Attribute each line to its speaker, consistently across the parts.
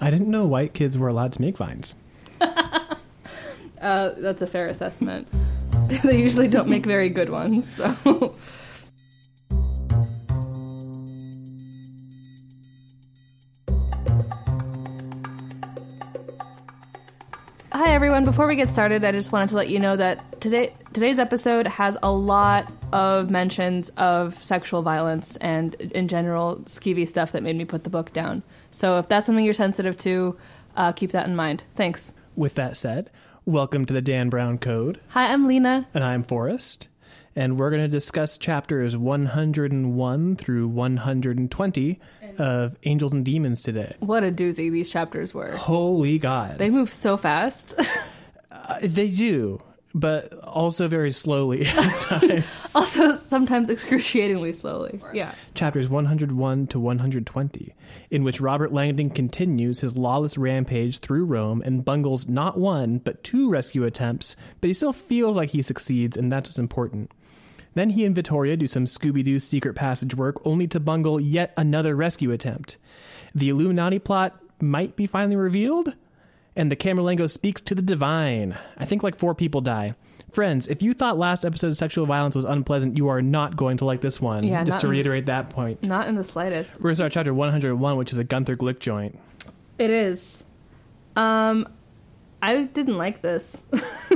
Speaker 1: I didn't know white kids were allowed to make vines.
Speaker 2: Uh, that's a fair assessment. they usually don't make very good ones, so. Hi everyone, before we get started, I just wanted to let you know that today today's episode has a lot of mentions of sexual violence and in general skeevy stuff that made me put the book down. So if that's something you're sensitive to, uh, keep that in mind. Thanks.
Speaker 1: With that said, welcome to the Dan Brown Code,
Speaker 2: Hi, I'm Lena.
Speaker 1: and I'm Forrest, and we're going to discuss chapters 101 through 120 of Angels and Demons today.
Speaker 2: What a doozy these chapters were.
Speaker 1: Oh. Holy God.
Speaker 2: They move so fast.
Speaker 1: Uh, they do, but also very slowly at times.
Speaker 2: also, sometimes excruciatingly slowly. Yeah.
Speaker 1: chapters 101 to 120, in which Robert Langdon continues his lawless rampage through Rome and bungles not one, but two rescue attempts, but he still feels like he succeeds, and that's what's important. Then he and Vittoria do some Scooby Doo secret passage work, only to bungle yet another rescue attempt. The Illuminati plot might be finally revealed? and the Camerlengo speaks to the divine. I think like four people die. Friends, if you thought last episode's sexual violence was unpleasant, you are not going to like this one.
Speaker 2: Yeah,
Speaker 1: just
Speaker 2: not
Speaker 1: to
Speaker 2: in this-
Speaker 1: reiterate that point.
Speaker 2: Not in the slightest.
Speaker 1: We're going to start chapter 101, which is a Gunther Glick joint.
Speaker 2: It is. Um, I didn't like this.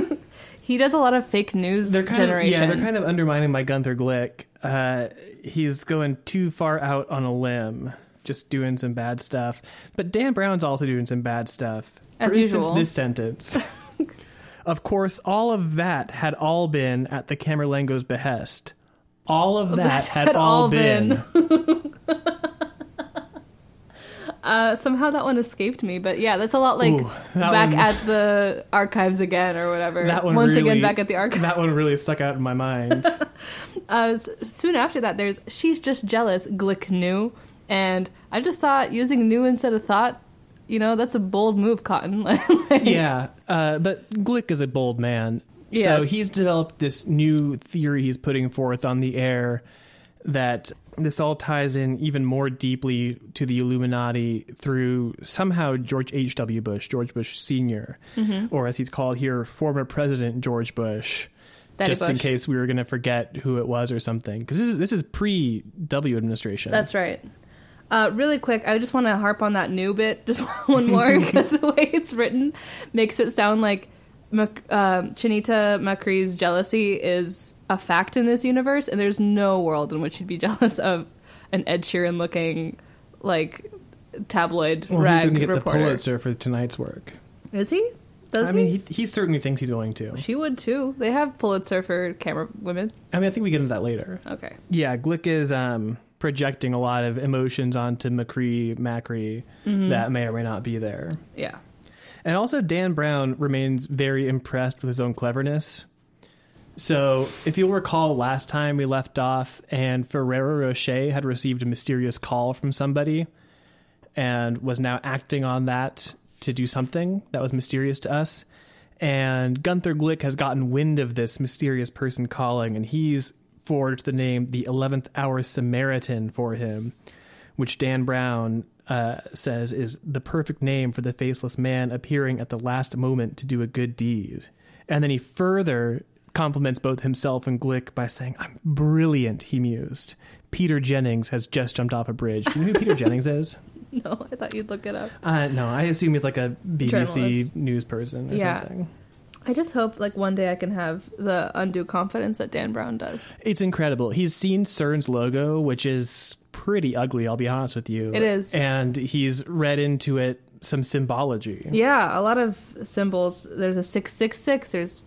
Speaker 2: he does a lot of fake news
Speaker 1: They're kind
Speaker 2: generation.
Speaker 1: Of, yeah, they're kind of undermining my Gunther Glick. Uh, he's going too far out on a limb, just doing some bad stuff. But Dan Brown's also doing some bad stuff.
Speaker 2: As
Speaker 1: For instance,
Speaker 2: usual.
Speaker 1: this sentence. of course, all of that had all been at the Camerlengo's behest. All of that had, all been.
Speaker 2: uh, somehow that one escaped me, but yeah, that's a lot like
Speaker 1: Ooh, that
Speaker 2: back
Speaker 1: one-
Speaker 2: at the archives again or whatever.
Speaker 1: That one
Speaker 2: Once
Speaker 1: really-
Speaker 2: again, back at the archives.
Speaker 1: That one really stuck out in my mind.
Speaker 2: uh, s- soon after that, there's she's just jealous. Glick knew, and I just thought using new instead of thought, you know, that's a bold move, Cotton. Like,
Speaker 1: yeah, uh, but Glick is a bold man. So
Speaker 2: Yes.
Speaker 1: he's developed this new theory he's putting forth on the air that this all ties in even more deeply to the Illuminati through somehow George H.W. Bush, George Bush senior
Speaker 2: Mm-hmm.
Speaker 1: or as he's called here, former President George Bush.
Speaker 2: Daddy
Speaker 1: just in
Speaker 2: Bush.
Speaker 1: case we were going to forget who it was or something, because this is this is pre W administration.
Speaker 2: That's right. Uh, really quick, I just want to harp on that new bit just one more because the way it's written makes it sound like Mac- uh, Chinita Macri's jealousy is a fact in this universe, and there's no world in which she'd be jealous of an Ed Sheeran looking like tabloid
Speaker 1: well,
Speaker 2: rag
Speaker 1: he's going to get
Speaker 2: reporter.
Speaker 1: the Pulitzer for tonight's work.
Speaker 2: Is he? Does
Speaker 1: I mean,
Speaker 2: he?
Speaker 1: he, he certainly thinks he's going to.
Speaker 2: She would too. They have Pulitzer for camera women.
Speaker 1: I mean, I think we get into that later.
Speaker 2: Okay.
Speaker 1: Yeah, Glick is um, projecting a lot of emotions onto McCree Macri that may or may not be there.
Speaker 2: Yeah.
Speaker 1: And also, Dan Brown remains very impressed with his own cleverness. So, if you'll recall, last time we left off, and Ferrero Rocher had received a mysterious call from somebody and was now acting on that to do something that was mysterious to us. And Gunther Glick has gotten wind of this mysterious person calling, and he's forged the name the 11th Hour Samaritan for him, which Dan Brown uh, says is the perfect name for the faceless man appearing at the last moment to do a good deed. And then he further compliments both himself and Glick by saying, I'm brilliant, he mused. Peter Jennings has just jumped off a bridge. Do you know who Peter Jennings is?
Speaker 2: No, I thought you'd look it up.
Speaker 1: Uh, no, I assume he's like a BBC
Speaker 2: Journalist.
Speaker 1: news person or
Speaker 2: Yeah.
Speaker 1: something.
Speaker 2: I just hope like one day I can have the undue confidence that Dan Brown does.
Speaker 1: It's incredible. He's seen CERN's logo, which is pretty ugly, I'll be honest with you.
Speaker 2: It is.
Speaker 1: And he's read into it some symbology.
Speaker 2: Yeah, a lot of symbols. There's a six six six. There's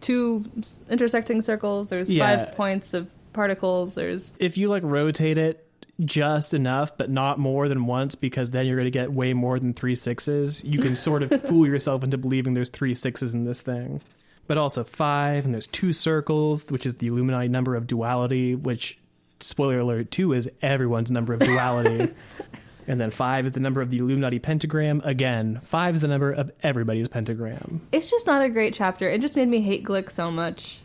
Speaker 2: two s- intersecting circles. There's
Speaker 1: Yeah.
Speaker 2: five points of particles. There's
Speaker 1: If you like rotate it just enough, but not more than once, because then you're going to get way more than three sixes, you can sort of fool yourself into believing there's three sixes in this thing. But also five, and there's two circles, which is the Illuminati number of duality, which, spoiler alert, two is everyone's number of duality. and then five is the number of the Illuminati pentagram. Again, five is the number of everybody's pentagram.
Speaker 2: it's just not a great chapter. It just made me hate Glick so much.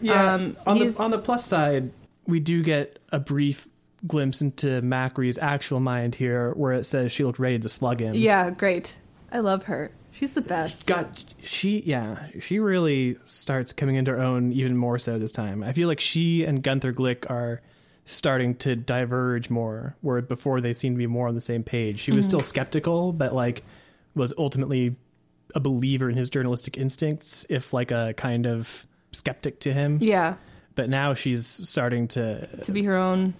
Speaker 1: Yeah.
Speaker 2: Um,
Speaker 1: on the
Speaker 2: he's-
Speaker 1: on the plus side, we do get a brief glimpse into Macri's actual mind here, where it says she looked ready to slug him.
Speaker 2: Yeah, great. I love her. She's the best.
Speaker 1: God, she yeah, she really starts coming into her own even more so this time. I feel like she and Gunther Glick are starting to diverge more, where before they seemed to be more on the same page. She
Speaker 2: Mm-hmm.
Speaker 1: was still skeptical, but like was ultimately a believer in his journalistic instincts, if like a kind of skeptic to him.
Speaker 2: Yeah,
Speaker 1: But now she's starting to
Speaker 2: to be her own,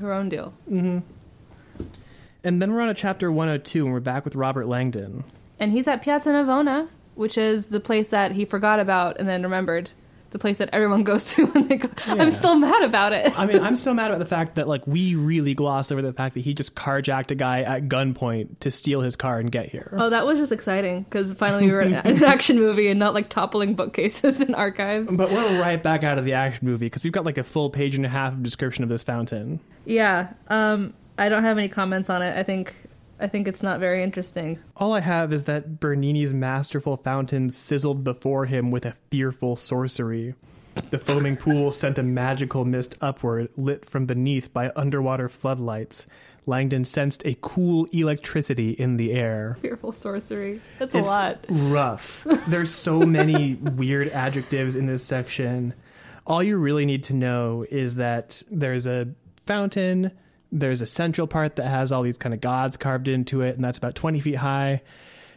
Speaker 2: her own deal.
Speaker 1: And then we're on to chapter 102 and we're back with Robert Langdon.
Speaker 2: And he's at Piazza Navona, which is the place that he forgot about and then remembered. The place that everyone goes to when they go.
Speaker 1: Yeah.
Speaker 2: I'm still mad about it.
Speaker 1: I mean, I'm so mad about the fact that like we really gloss over the fact that he just carjacked a guy at gunpoint to steal his car and get here.
Speaker 2: Oh, that was just exciting because finally we were in an action movie and not like toppling bookcases and archives.
Speaker 1: But we're right back out of the action movie because we've got like a full page and a half of description of this fountain.
Speaker 2: Yeah, um, I don't have any comments on it. I think I think it's not very interesting.
Speaker 1: All I have is that Bernini's masterful fountain sizzled before him with a fearful sorcery. The foaming pool sent a magical mist upward, lit from beneath by underwater floodlights. Langdon sensed a cool electricity in the air.
Speaker 2: Fearful sorcery. That's a lot.
Speaker 1: rough. There's so many weird adjectives in this section. All you really need to know is that there's a fountain, there's a central part that has all these kind of gods carved into it, and that's about 20 feet high.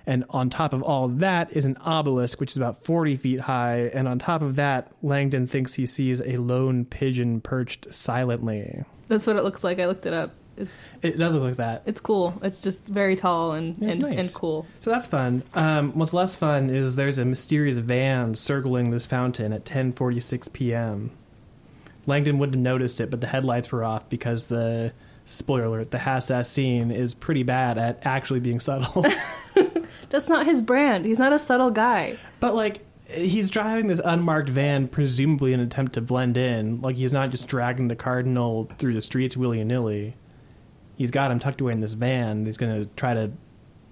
Speaker 1: And on top of all that is an obelisk, which is about 40 feet high. And on top of that, Langdon thinks he sees a lone pigeon perched silently.
Speaker 2: That's what it looks like. I looked it up. It's
Speaker 1: It does look like that.
Speaker 2: it's cool. It's just very tall and
Speaker 1: It's
Speaker 2: and,
Speaker 1: nice.
Speaker 2: and cool.
Speaker 1: So that's fun. Um, what's less fun is there's a mysterious van circling this fountain at 10:46 p.m. Langdon wouldn't have noticed it, but the headlights were off because the spoiler alert: the Hassas scene is pretty bad at actually being subtle.
Speaker 2: That's not his brand. He's not a subtle guy.
Speaker 1: but like, he's driving this unmarked van, presumably in an attempt to blend in. Like, he's not just dragging the cardinal through the streets willy nilly. He's got him tucked away in this van. He's going to try to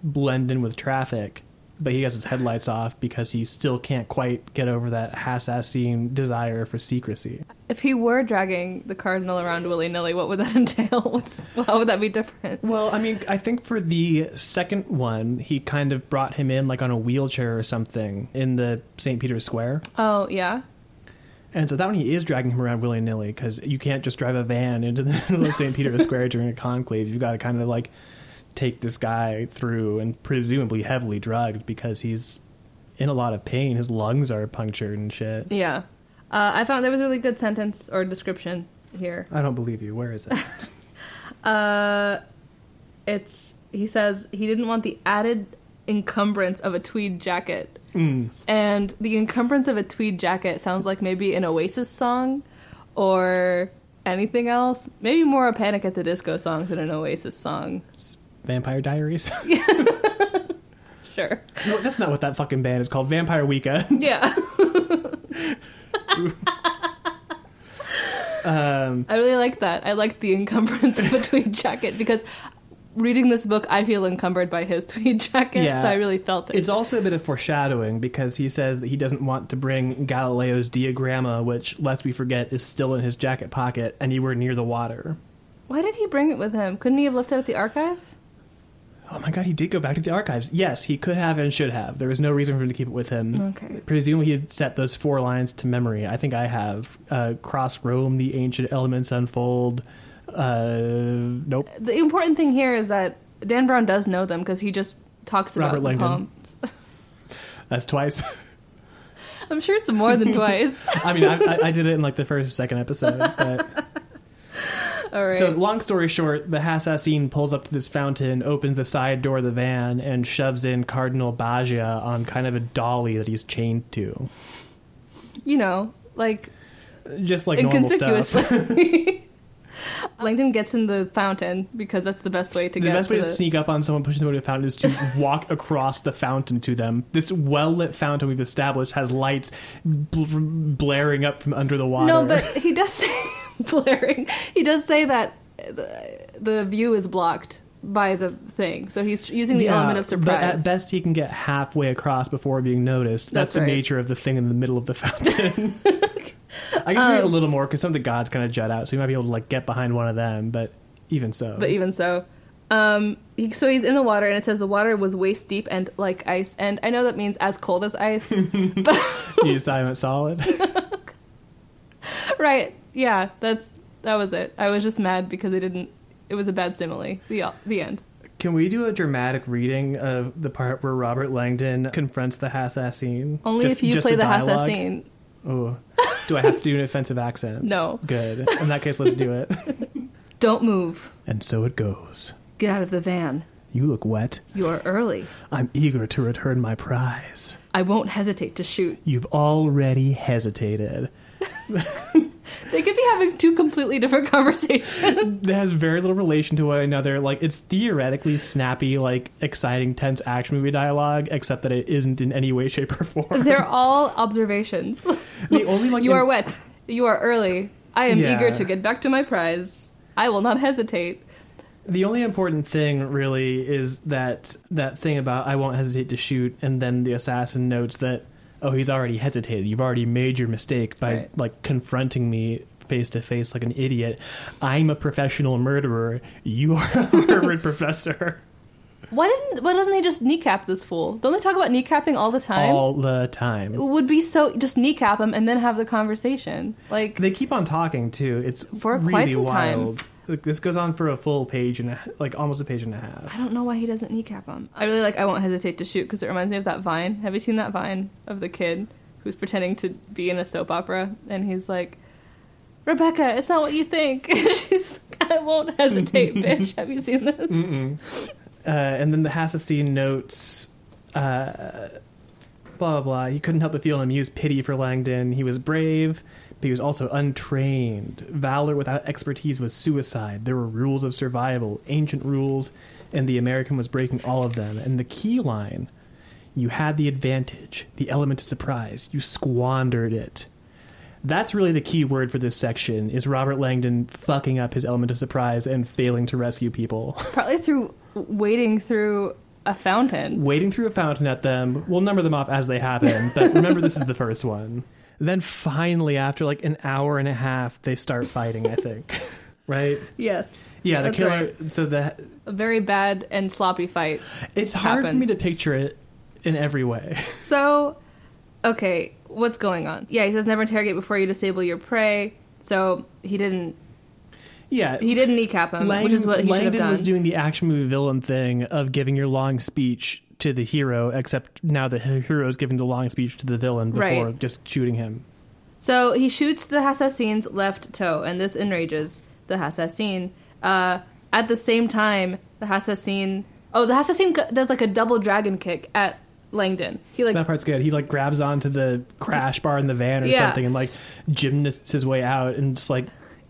Speaker 1: blend in with traffic, but he has his headlights off because he still can't quite get over that Hassassine desire for secrecy.
Speaker 2: If he were dragging the cardinal around willy nilly, what would that entail? What's how would that be different?
Speaker 1: Well, I mean, I think for the second one, he kind of brought him in like on a wheelchair or something in the St. Peter's Square.
Speaker 2: Oh yeah,
Speaker 1: And so that one he is dragging him around willy nilly because you can't just drive a van into the middle of St. Peter's Square during a conclave. You've got to kind of like take this guy through and presumably heavily drugged because he's in a lot of pain. His lungs are punctured and shit.
Speaker 2: yeah. Uh, I found there was a really good sentence or description here.
Speaker 1: I don't believe you. Where is it?
Speaker 2: Uh, it's he says he didn't want the added encumbrance of a tweed jacket, and the encumbrance of a tweed jacket sounds like maybe an Oasis song, or anything else. Maybe more a Panic at the Disco song than an Oasis song.
Speaker 1: Vampire Diaries?
Speaker 2: Sure.
Speaker 1: No, that's not what that fucking band is called. Vampire Weekend.
Speaker 2: Yeah.
Speaker 1: Um,
Speaker 2: I really like that. I like the encumbrance of a tweed jacket because reading this book, I feel encumbered by his tweed jacket,
Speaker 1: Yeah.
Speaker 2: so I really felt it.
Speaker 1: it's also a bit of foreshadowing because he says that he doesn't want to bring Galileo's diagramma, which, lest we forget, is still in his jacket pocket, anywhere near the water.
Speaker 2: Why did he bring it with him? Couldn't he have left it at the archive?
Speaker 1: Oh my god, he did go back to the archives. Yes, he could have and should have. There was no reason for him to keep it with him.
Speaker 2: Okay.
Speaker 1: Presumably, he had set those four lines to memory. I think I have. Uh, cross Rome, the ancient elements unfold. Uh, nope.
Speaker 2: The important thing here is that Dan Brown does know them because he just talks about
Speaker 1: Robert
Speaker 2: the
Speaker 1: Langdon.
Speaker 2: poems.
Speaker 1: That's twice.
Speaker 2: I'm sure it's more than twice.
Speaker 1: I mean, I, I, I did it in like the first, second episode. But.
Speaker 2: All right.
Speaker 1: So, long story short, the Hassassine pulls up to this fountain, opens the side door of the van, and shoves in Cardinal Bagia on kind of a dolly that he's chained to.
Speaker 2: you know, like
Speaker 1: Just like normal stuff.
Speaker 2: inconspicuously. Langdon gets in the fountain because that's the best way to
Speaker 1: The
Speaker 2: get
Speaker 1: best
Speaker 2: to
Speaker 1: way to
Speaker 2: the-
Speaker 1: sneak up on someone pushing them into a fountain is to walk across the fountain to them. This well lit fountain we've established has lights bl- blaring up from under the water.
Speaker 2: No, but he does say blaring. He does say that the, the view is blocked by the thing, so he's using the
Speaker 1: Yeah,
Speaker 2: element of
Speaker 1: But
Speaker 2: surprise.
Speaker 1: at best, he can get halfway across before being noticed. That's,
Speaker 2: That's
Speaker 1: the
Speaker 2: right.
Speaker 1: nature of the thing in the middle of the fountain. I guess
Speaker 2: Um,
Speaker 1: maybe a little more because some of the gods kind of jut out, so you might be able to like get behind one of them. But even so,
Speaker 2: But even so, um, he, so he's in the water, and it says the water was waist deep and like ice. And I know that means as cold as ice, but
Speaker 1: you just thought I went solid.
Speaker 2: right? Yeah, that's that was it. I was just mad because it didn't. It was a bad simile. The the end.
Speaker 1: Can we do a dramatic reading of the part where Robert Langdon confronts the Hassassine?
Speaker 2: Only if you play the, Hassa scene.
Speaker 1: Oh, do I have to do an offensive accent?
Speaker 2: No,
Speaker 1: Good. In that case, let's do it.
Speaker 2: don't move.
Speaker 1: and so it goes.
Speaker 2: Get out of the van.
Speaker 1: You look wet.
Speaker 2: You're early.
Speaker 1: I'm eager to return my prize.
Speaker 2: I won't hesitate to shoot.
Speaker 1: You've already hesitated.
Speaker 2: They could be having two completely different conversations.
Speaker 1: That has very little relation to one another. Like it's theoretically snappy, like exciting, tense action movie dialogue, except that it isn't in any way, shape, or form.
Speaker 2: They're all observations.
Speaker 1: the only like
Speaker 2: You
Speaker 1: in-
Speaker 2: are wet. You are early. I am
Speaker 1: Yeah.
Speaker 2: eager to get back to my prize. I will not hesitate.
Speaker 1: The only important thing really is that that thing about I won't hesitate to shoot, and then the assassin notes that oh he's already hesitated. You've already made your mistake by
Speaker 2: Right.
Speaker 1: like confronting me face to face like an idiot. I'm a professional murderer. You are a Harvard professor
Speaker 2: Why didn't? Why doesn't he just kneecap this fool? Don't they talk about kneecapping all the time?
Speaker 1: all the time.
Speaker 2: It would be so just kneecap him and then have the conversation. Like
Speaker 1: They keep on talking too. It's
Speaker 2: For
Speaker 1: really
Speaker 2: quite some time.
Speaker 1: wild. Like, this goes on for a full page and a, like almost a page and a half.
Speaker 2: I don't know why he doesn't kneecap him. I really like. I won't hesitate to shoot because it reminds me of that Vine. Have you seen that Vine of the kid who's pretending to be in a soap opera and he's like, Rebecca, it's not what you think. She's like, I won't hesitate, bitch. Have you seen this?
Speaker 1: Uh, and then the Hassasine notes, uh, blah, blah, blah. He couldn't help but feel an amused pity for Langdon. He was brave, but he was also untrained. Valor without expertise was suicide. There were rules of survival, ancient rules, and the American was breaking all of them. And the key line you had the advantage, the element of surprise. You squandered it. That's really the key word for this section is Robert Langdon fucking up his element of surprise and failing to rescue people.
Speaker 2: Probably through wading through a fountain.
Speaker 1: wading through a fountain at them. We'll number them off as they happen, but remember this is the first one. Then finally, after like an hour and a half, they start fighting. I think, right?
Speaker 2: Yes.
Speaker 1: Yeah, the
Speaker 2: That's
Speaker 1: killer.
Speaker 2: right.
Speaker 1: So the
Speaker 2: A very bad and sloppy fight.
Speaker 1: it's hard for me
Speaker 2: Happens.
Speaker 1: to picture it in every way.
Speaker 2: So, okay, what's going on? Yeah, he says never interrogate before you disable your prey. So he didn't.
Speaker 1: yeah,
Speaker 2: He didn't kneecap him,
Speaker 1: Lang-
Speaker 2: which is what he should have
Speaker 1: Langdon
Speaker 2: done.
Speaker 1: was doing the action movie villain thing of giving your long speech to the hero, except now the hero's giving the long speech to the villain before
Speaker 2: Right.
Speaker 1: just shooting him.
Speaker 2: So he shoots the Hassasine's left toe, and this enrages the Hassasine. Uh, at the same time, the Hassasine. Oh, the Hassasine go- does like a double dragon kick at Langdon. He like
Speaker 1: That part's good. He like grabs onto the crash bar in the van or
Speaker 2: Yeah.
Speaker 1: something and like gymnasts his way out and just like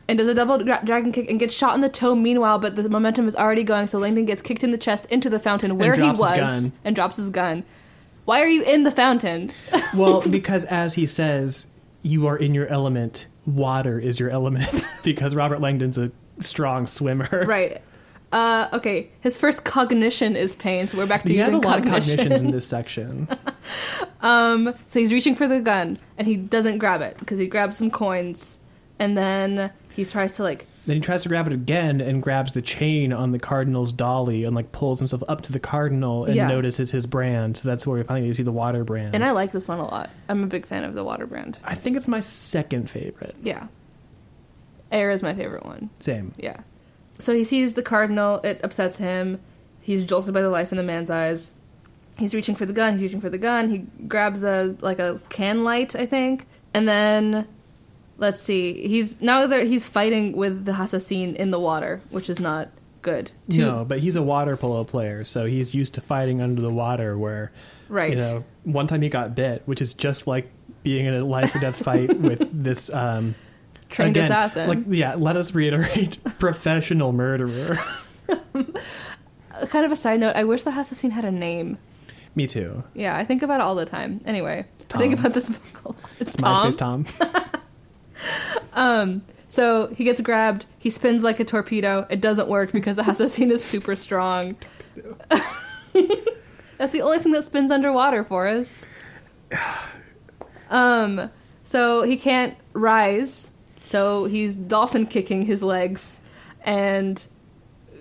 Speaker 2: and does a double dra- dragon kick and gets shot in the toe. Meanwhile, but the momentum is already going, so Langdon gets kicked in the chest into the fountain where he
Speaker 1: drops his
Speaker 2: was
Speaker 1: gun.
Speaker 2: and drops his gun. Why are you in the fountain?
Speaker 1: well because as he says you are in your element water is your element because Robert Langdon's a strong swimmer.
Speaker 2: right. Uh, okay, his first cognition is pain, so we're back to
Speaker 1: He has a
Speaker 2: using
Speaker 1: lot of
Speaker 2: cognition.
Speaker 1: cognitions in this section.
Speaker 2: So he's reaching for the gun and he doesn't grab it because he grabs some coins and then he tries to like
Speaker 1: then he tries to grab it again and grabs the chain on the cardinal's dolly and like pulls himself up to the cardinal and
Speaker 2: Yeah.
Speaker 1: notices his brand. So that's where we finally see the water brand.
Speaker 2: and I like this one a lot. I'm a big fan of the water brand.
Speaker 1: I think it's my second favorite.
Speaker 2: Yeah. Air is my favorite one.
Speaker 1: Same.
Speaker 2: Yeah. So he sees the cardinal, it upsets him. He's jolted by the life in the man's eyes. He's reaching for the gun, he's reaching for the gun. He grabs a like a can light, I think. And then let's see. He's now that he's fighting with the Hassasine in the water, which is not good. Two-
Speaker 1: no, but he's a water polo player, so he's used to fighting under the water. Where,
Speaker 2: Right.
Speaker 1: You know, one time he got bit, which is just like being in a life or death fight with this um,
Speaker 2: Trained
Speaker 1: again,
Speaker 2: assassin.
Speaker 1: Like, yeah, let us reiterate, professional murderer.
Speaker 2: kind of a side note, I wish the Hassasine had a name.
Speaker 1: Me too.
Speaker 2: Yeah, I think about it all the time. Anyway, I think
Speaker 1: Tom.
Speaker 2: about this book a lot. It's,
Speaker 1: It's
Speaker 2: Tom.
Speaker 1: MySpace Tom.
Speaker 2: So he gets grabbed, he spins like a torpedo. It doesn't work because the Hassasine is super strong. That's the only thing that spins underwater, Forrest. Um, so he can't rise. So he's dolphin kicking his legs and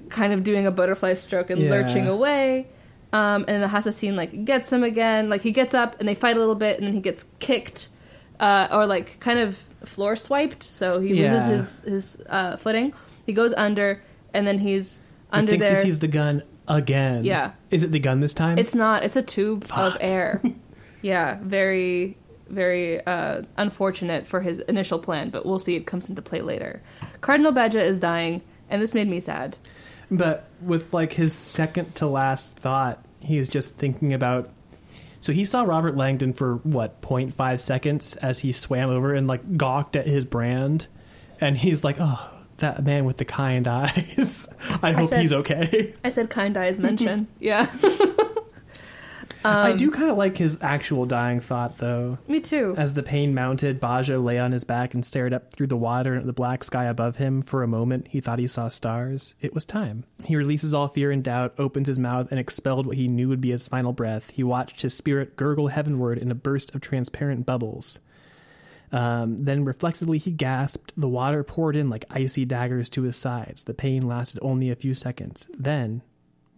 Speaker 2: kind of doing a butterfly stroke and
Speaker 1: Yeah.
Speaker 2: lurching away. Um, and the Hassasin like gets him again. Like he gets up and they fight a little bit and then he gets kicked uh, or like kind of floor swiped. So he
Speaker 1: Yeah.
Speaker 2: loses his his uh, footing. He goes under and then he's under
Speaker 1: he thinks
Speaker 2: there.
Speaker 1: he sees the gun again.
Speaker 2: Yeah.
Speaker 1: Is it the gun this time?
Speaker 2: It's not. It's a tube of air. yeah, very, very uh, unfortunate for his initial plan, but we'll see. It comes into play later. Cardinal Badger is dying, and this made me sad.
Speaker 1: But with like his second to last thought, he is just thinking about. So he saw Robert Langdon for what 0.5 seconds as he swam over and like gawked at his brand, and he's like, "Oh, that man with the kind eyes. I hope
Speaker 2: said-
Speaker 1: he's okay."
Speaker 2: I said kind eyes mention. yeah,
Speaker 1: I do kind of like his actual dying thought though.
Speaker 2: me too.
Speaker 1: As the pain mounted, Baja lay on his back and stared up through the water at the black sky above him. For a moment, he thought he saw stars. It was time. He releases all fear and doubt, opens his mouth, and expelled what he knew would be his final breath. He watched his spirit gurgle heavenward in a burst of transparent bubbles. Um, then reflexively, he gasped. The water poured in like icy daggers to his sides. The pain lasted only a few seconds. Then,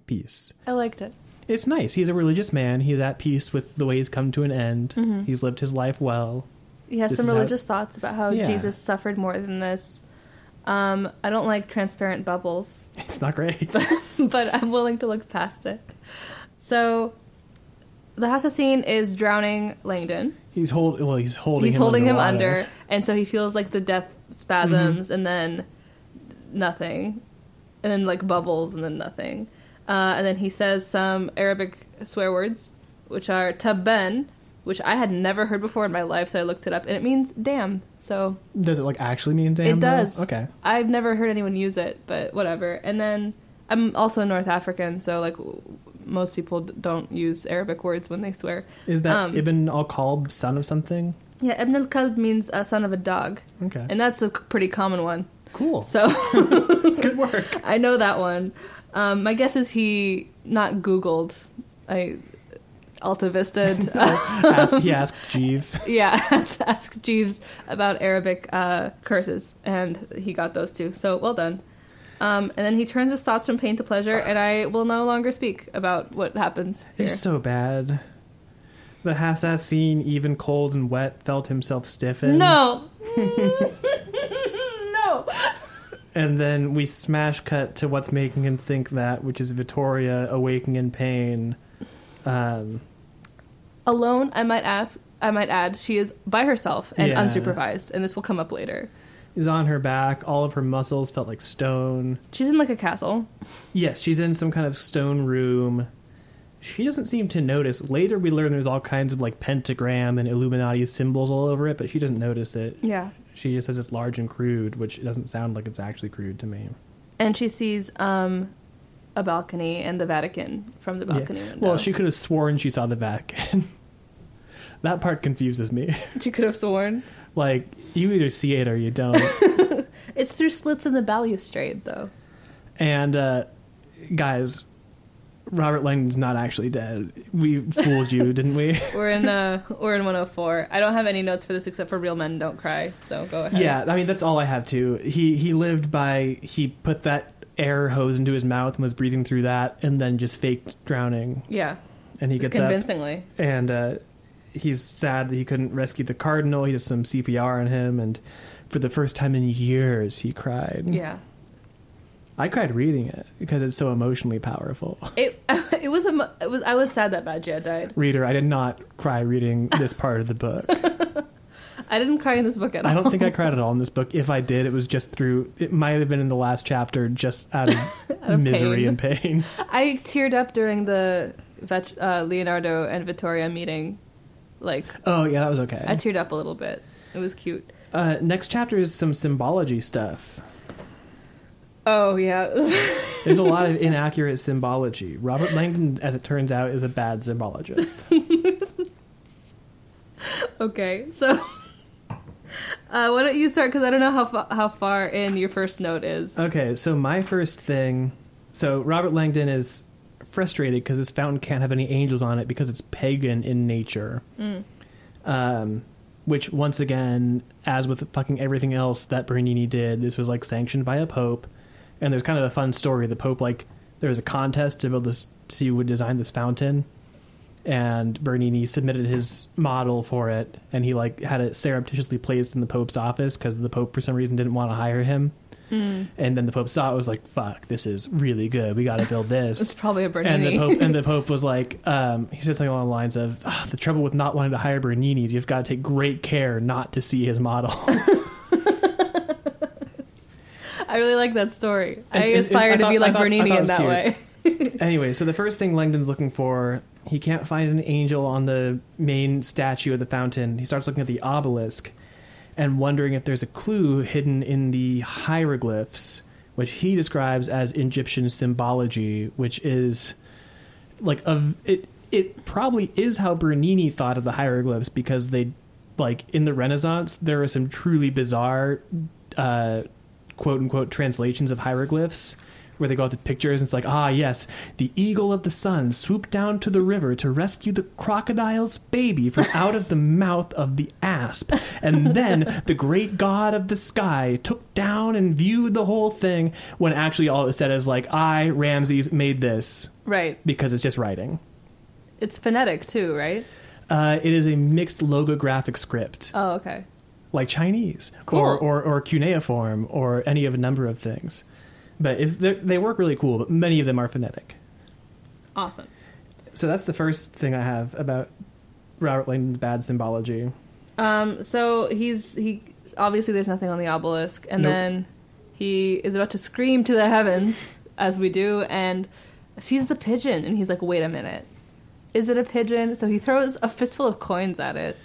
Speaker 1: peace
Speaker 2: I liked it.
Speaker 1: it's nice. He's a religious man. He's at peace with the way he's come to an end. He's lived his life well.
Speaker 2: He has
Speaker 1: This
Speaker 2: some
Speaker 1: is how-
Speaker 2: religious thoughts about how
Speaker 1: Yeah.
Speaker 2: Jesus suffered more than this. Um, I don't like transparent bubbles.
Speaker 1: It's not great.
Speaker 2: but I'm willing to look past it. So, the Hassassin is drowning Langdon.
Speaker 1: he's hold well. He's holding.
Speaker 2: He's
Speaker 1: him
Speaker 2: holding him
Speaker 1: underwater. Mm-hmm.
Speaker 2: under, and so he feels like the death spasms, and then nothing, and then like bubbles, and then nothing. Uh, and then he says some Arabic swear words, which are taben, which I had never heard before in my life, so I looked it up, and it means damn. So
Speaker 1: Does it like actually mean damn?
Speaker 2: it
Speaker 1: though?
Speaker 2: does.
Speaker 1: Okay.
Speaker 2: I've never heard anyone use it, but whatever. And then I'm also North African, so like w- most people d- don't use Arabic words when they swear.
Speaker 1: Is that
Speaker 2: Um,
Speaker 1: Ibn al Kalb son of something?
Speaker 2: Yeah, Ibn al Kalb means a son of a dog,
Speaker 1: Okay.
Speaker 2: and that's a c- pretty common one.
Speaker 1: cool.
Speaker 2: So
Speaker 1: Good work.
Speaker 2: I know that one. Um, my guess is he not Googled. I altavisted.
Speaker 1: Ask, he asked Jeeves.
Speaker 2: yeah, ask Jeeves about Arabic uh, curses, and he got those two. So well done. Um, and then he turns his thoughts from pain to pleasure, and I will no longer speak about what happens here.
Speaker 1: He's so bad. The Hassas scene, even cold and wet, felt himself stiffen.
Speaker 2: no, no.
Speaker 1: And then we smash cut to what's making him think that, which is Vittoria awaking in pain. Um,
Speaker 2: Alone, I might ask. I might add, she is by herself and
Speaker 1: Yeah.
Speaker 2: unsupervised, and this will come up later.
Speaker 1: is on her back. All of her muscles felt like stone.
Speaker 2: She's in like a castle.
Speaker 1: Yes, she's in some kind of stone room. She doesn't seem to notice. Later, we learn there's all kinds of like pentagram and Illuminati symbols all over it, but she doesn't notice it.
Speaker 2: Yeah,
Speaker 1: She just says it's large and crude, which doesn't sound like it's actually crude to me.
Speaker 2: and she sees um, a balcony and the Vatican from the
Speaker 1: Yeah.
Speaker 2: balcony window.
Speaker 1: Well, she could have sworn she saw the Vatican. that part confuses me.
Speaker 2: she could have sworn.
Speaker 1: like, you either see it or you don't.
Speaker 2: It's through slits in the balustrade, though.
Speaker 1: And uh, guys, Robert Langdon's not actually dead. We fooled you, didn't we?
Speaker 2: We're in uh, we're in 104. I don't have any notes for this except for real men don't cry. So go ahead.
Speaker 1: yeah, I mean that's all I have too. He he lived by he put that air hose into his mouth and was breathing through that, and then just faked drowning.
Speaker 2: yeah,
Speaker 1: And he gets up
Speaker 2: convincingly.
Speaker 1: and uh, he's sad that he couldn't rescue the cardinal. He does some CPR on him, and for the first time in years, he cried.
Speaker 2: Yeah,
Speaker 1: I cried reading it because it's so emotionally powerful.
Speaker 2: it it was a mo- it was I was sad that Badger died.
Speaker 1: Reader, I did not cry reading this part of the book.
Speaker 2: I didn't cry in this book at all.
Speaker 1: I don't think I cried at all in this book. If I did, it was just through. It might have been in the last chapter, just out of,
Speaker 2: of
Speaker 1: misery
Speaker 2: pain.
Speaker 1: and pain.
Speaker 2: I teared up during the vet, uh, Leonardo and Vittoria meeting. Like
Speaker 1: Oh yeah, that was okay.
Speaker 2: I teared up a little bit. It was cute.
Speaker 1: uh, next chapter is some symbology stuff.
Speaker 2: Oh yeah,
Speaker 1: There's a lot of inaccurate symbology. Robert Langdon, as it turns out, is a bad symbologist.
Speaker 2: okay. So uh, why don't you start? Because I don't know how fa- how far in your first note is.
Speaker 1: Okay, so my first thing. So Robert Langdon is frustrated because this fountain can't have any angels on it because it's pagan in nature. Um, which once again, as with fucking everything else that Bernini did, this was like sanctioned by a pope. And there's kind of a fun story. The pope like there was a contest to build this to see who would design this fountain, and Bernini submitted his model for it, and he like had it surreptitiously placed in the pope's office because the pope for some reason didn't want to hire him.
Speaker 2: Hmm.
Speaker 1: And then the pope saw it was like, "Fuck, this is really good. We got to build this."
Speaker 2: It's probably a
Speaker 1: and
Speaker 2: Bernini.
Speaker 1: the pope and the pope was like um, he said something along the lines of "Ah, the trouble with not wanting to hire Bernini is you've got to take great care not to see his model
Speaker 2: I really like that story. I
Speaker 1: It's- it's-
Speaker 2: aspire
Speaker 1: I
Speaker 2: to be
Speaker 1: thought- I
Speaker 2: like
Speaker 1: thought- I
Speaker 2: Bernini
Speaker 1: thought it
Speaker 2: in
Speaker 1: was
Speaker 2: that
Speaker 1: cute.
Speaker 2: way.
Speaker 1: anyway so the first thing langdon's looking for he can't find an angel on the main statue of the fountain he starts looking at the obelisk and wondering if there's a clue hidden in the hieroglyphs which he describes as egyptian symbology which is like of it it probably is how Bernini thought of the hieroglyphs because they like in the Renaissance there are some truly bizarre uh quote unquote translations of hieroglyphs where they go out the pictures and it's like, ah yes, the eagle of the sun swooped down to the river to rescue the crocodile's baby from out of the mouth of the asp. And then the great god of the sky took down and viewed the whole thing when actually all it said is like, I, Ramses, made this
Speaker 2: right.
Speaker 1: because it's just writing.
Speaker 2: It's phonetic too, right?
Speaker 1: Uh, it is a mixed logographic script,
Speaker 2: Oh, okay.
Speaker 1: like Chinese
Speaker 2: Cool.
Speaker 1: or, or, or cuneiform or any of a number of things. But is they're- they work really cool, but many of them are phonetic.
Speaker 2: Awesome.
Speaker 1: So that's the first thing I have about Robert Langdon's bad symbology.
Speaker 2: Um, so he's he obviously there's nothing on the obelisk, and
Speaker 1: Nope.
Speaker 2: then he is about to scream to the heavens as we do, and sees the pigeon, and he's like, "Wait a minute, is it a pigeon?" So he throws a fistful of coins at it,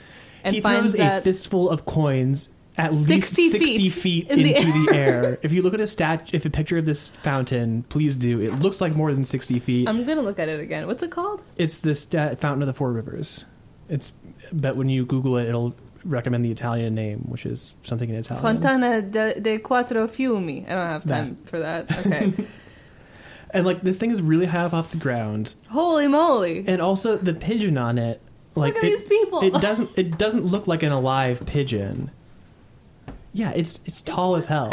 Speaker 2: and
Speaker 1: he
Speaker 2: finds
Speaker 1: throws a
Speaker 2: that
Speaker 1: fistful of coins at
Speaker 2: 60
Speaker 1: least 60
Speaker 2: feet
Speaker 1: feet,
Speaker 2: in the
Speaker 1: into the air. if you look at a stat, if a picture of this fountain, please do. It looks like more than 60 feet.
Speaker 2: I'm gonna look at it again. What's it called?
Speaker 1: It's the stat Fountain of the Four Rivers. It's but when you Google it, it'll recommend the Italian name, which is something in Italian.
Speaker 2: Fontana de, de Quattro Fiumi. I don't have time for that. Okay.
Speaker 1: And like this thing is really high up off the ground,
Speaker 2: Holy moly!
Speaker 1: and also the pigeon on it, like
Speaker 2: Look at
Speaker 1: it,
Speaker 2: these people.
Speaker 1: it doesn't it doesn't look like an alive pigeon. Yeah, it's it's tall as hell.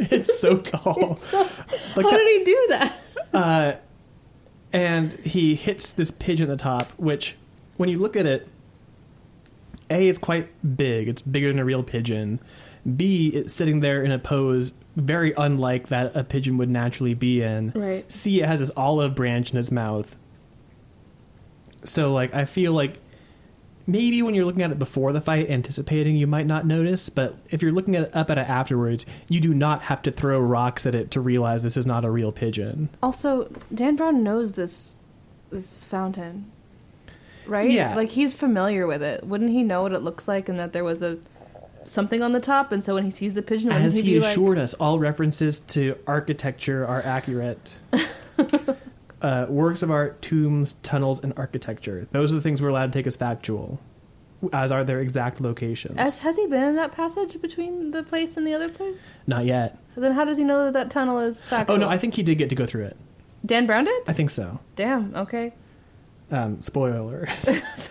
Speaker 1: it's so tall.
Speaker 2: How
Speaker 1: that-
Speaker 2: did he do that?
Speaker 1: uh, and he hits this pigeon at the top, which, when you look at it, A, it's quite big. It's bigger than a real pigeon. B, it's sitting there in a pose very unlike that a pigeon would naturally be in.
Speaker 2: Right.
Speaker 1: C, it has this olive branch in its mouth. So, like, I feel like maybe when you're looking at it before the fight, anticipating, you might not notice, but if you're looking at it up at it afterwards, you do not have to throw rocks at it to realize this is not a real pigeon.
Speaker 2: Also, Dan Brown knows this this fountain, right?
Speaker 1: Yeah.
Speaker 2: Like he's familiar with it. Wouldn't he know what it looks like and that there was a something on the top? And so when he sees the pigeon, wouldn't
Speaker 1: As
Speaker 2: he,
Speaker 1: he
Speaker 2: be like,
Speaker 1: assured us, all references to architecture are accurate. uh, works of art, tombs, tunnels, and architecture. Those are the things we're allowed to take as factual, as are their exact locations.
Speaker 2: As, has he been in that passage between the place and the other place?
Speaker 1: Not yet.
Speaker 2: Then how does he know that that tunnel is
Speaker 1: Oh,
Speaker 2: factual?
Speaker 1: no, I think he did get to go through it.
Speaker 2: Dan Brown did.
Speaker 1: I think so.
Speaker 2: Damn. Okay.
Speaker 1: Um, spoiler alert.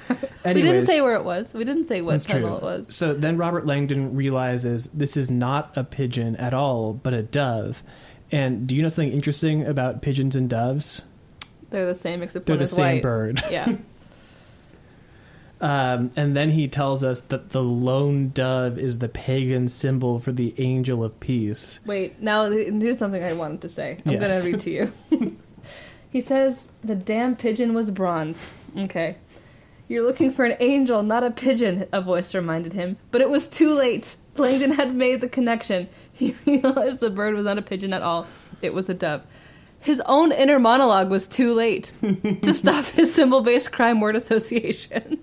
Speaker 2: we didn't
Speaker 1: Anyways.
Speaker 2: say where it was. We didn't say what
Speaker 1: That's true.
Speaker 2: tunnel it was.
Speaker 1: So then Robert Langdon realizes this is not a pigeon at all, but a dove. And do you know something interesting about pigeons and doves?
Speaker 2: They're the same except
Speaker 1: They're
Speaker 2: one
Speaker 1: the
Speaker 2: is
Speaker 1: same
Speaker 2: white.
Speaker 1: bird.
Speaker 2: Yeah.
Speaker 1: Um, and then he tells us that the lone dove is the pagan symbol for the angel of peace.
Speaker 2: Wait, now th- here's something I wanted to say. I'm
Speaker 1: Yes.
Speaker 2: going to read to you. he says, The damn pigeon was bronze. Okay. You're looking for an angel, not a pigeon, a voice reminded him. But it was too late. Langdon had made the connection. He realized the bird was not a pigeon at all, it was a dove. His own inner monologue was too late to stop his symbol based crime word association.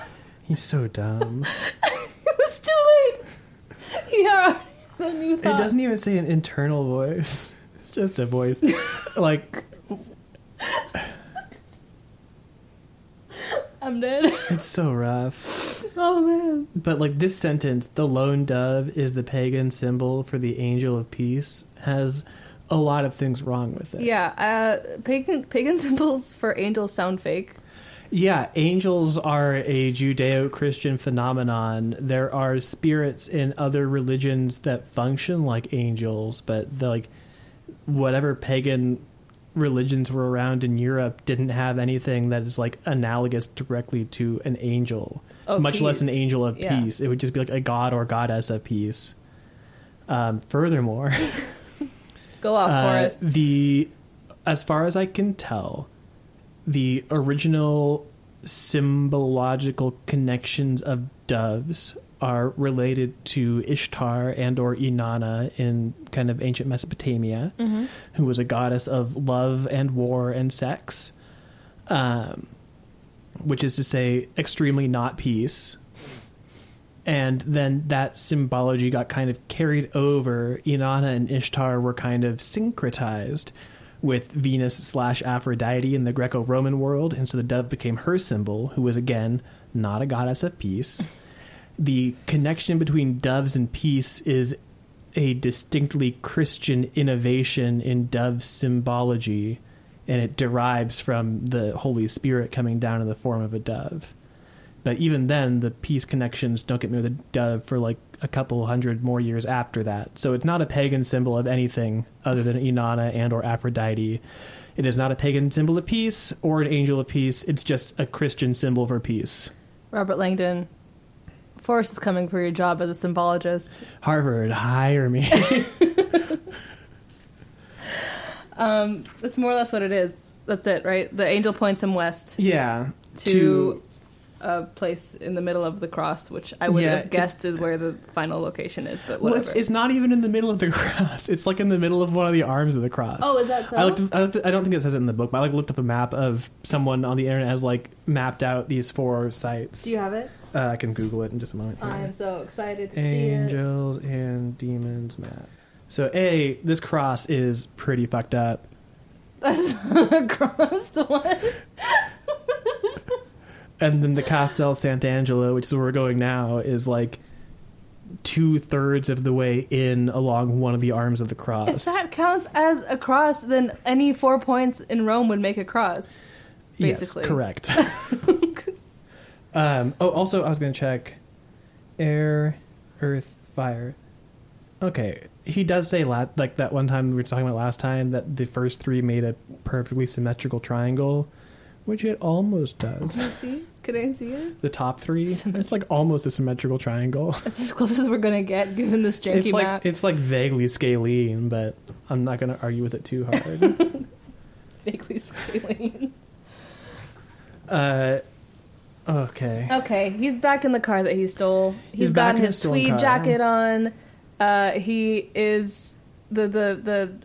Speaker 1: He's so dumb.
Speaker 2: it was too late. He already had a new
Speaker 1: it
Speaker 2: thought.
Speaker 1: doesn't even say an internal voice. It's just a voice. like
Speaker 2: I'm dead.
Speaker 1: it's so rough.
Speaker 2: oh, man.
Speaker 1: But like this sentence, the lone dove is the pagan symbol for the angel of peace has a lot of things wrong with it.
Speaker 2: Yeah, uh, pagan pagan symbols for angels sound fake.
Speaker 1: Yeah, angels are a Judeo Christian phenomenon. There are spirits in other religions that function like angels, but the, like whatever pagan religions were around in Europe didn't have anything that is like analogous directly to an angel,
Speaker 2: Of
Speaker 1: much less an
Speaker 2: peace.
Speaker 1: angel of
Speaker 2: Yeah.
Speaker 1: peace. It would just be like a god or goddess of peace. Um, furthermore,
Speaker 2: Go off,
Speaker 1: uh,
Speaker 2: Forrest.
Speaker 1: the as far as I can tell, the original symbological connections of doves are related to Ishtar and or Inanna in kind of ancient Mesopotamia, who was a goddess of love and war and sex. Um, which is to say extremely not peace. And then that symbology got kind of carried over. Inanna and Ishtar were kind of syncretized with Venus slash Aphrodite in the Greco Roman world, and so the dove became her symbol, who was again not a goddess of peace. The connection between doves and peace is a distinctly Christian innovation in dove symbology, and it derives from the Holy Spirit coming down in the form of a dove. But even then, the peace connections don't get me with a dove for like a couple hundred more years after that. So it's not a pagan symbol of anything other than Inanna and or Aphrodite. It is not a pagan symbol of peace or an angel of peace. It's just a Christian symbol for peace.
Speaker 2: Robert Langdon, Forrest is coming for your job as a symbologist.
Speaker 1: Harvard, hire me.
Speaker 2: That's more or less what it is. That's it, right? The angel points him west
Speaker 1: yeah.
Speaker 2: to, a place in the middle of the cross, which I would
Speaker 1: Yeah,
Speaker 2: have guessed is where the final location is, but
Speaker 1: Well,
Speaker 2: whatever.
Speaker 1: it's, it's not even in the middle of the cross. It's like in the middle of one of the arms of the cross.
Speaker 2: Oh, is that so?
Speaker 1: I, looked, I, looked, I don't think it says it in the book, but I like looked up a map of someone on the internet has like mapped out these four sites.
Speaker 2: Do you have it?
Speaker 1: uh, I can Google it in just a moment.
Speaker 2: I am so excited to see it.
Speaker 1: Angels and demons map. So a this cross is pretty fucked up.
Speaker 2: That's across the one.
Speaker 1: and then the Castel Sant'Angelo, which is where we're going now, is like two thirds of the way in along one of the arms of the
Speaker 2: If
Speaker 1: cross.
Speaker 2: that counts as a cross, then any four points in Rome would make a cross. basically.
Speaker 1: Yes, correct. um, oh, also, I was going to check air, earth, fire. Okay, he does say la- like that one time we were talking about last time that the first three made a perfectly symmetrical triangle, which it almost
Speaker 2: Can I
Speaker 1: does.
Speaker 2: see? Can I see it?
Speaker 1: the top three, it's like
Speaker 2: Symmetrical.
Speaker 1: almost a symmetrical triangle.
Speaker 2: That's as close as we're gonna get given this janky
Speaker 1: it's like
Speaker 2: map.
Speaker 1: it's like vaguely scalene, but I'm not going to argue with it too hard.
Speaker 2: vaguely scaling.
Speaker 1: uh,
Speaker 2: Uh,
Speaker 1: okay.
Speaker 2: okay, he's back in the car that he stole.
Speaker 1: He's
Speaker 2: he's
Speaker 1: back
Speaker 2: got
Speaker 1: in his
Speaker 2: his
Speaker 1: stolen
Speaker 2: tweed
Speaker 1: car.
Speaker 2: jacket on. Uh, he is the the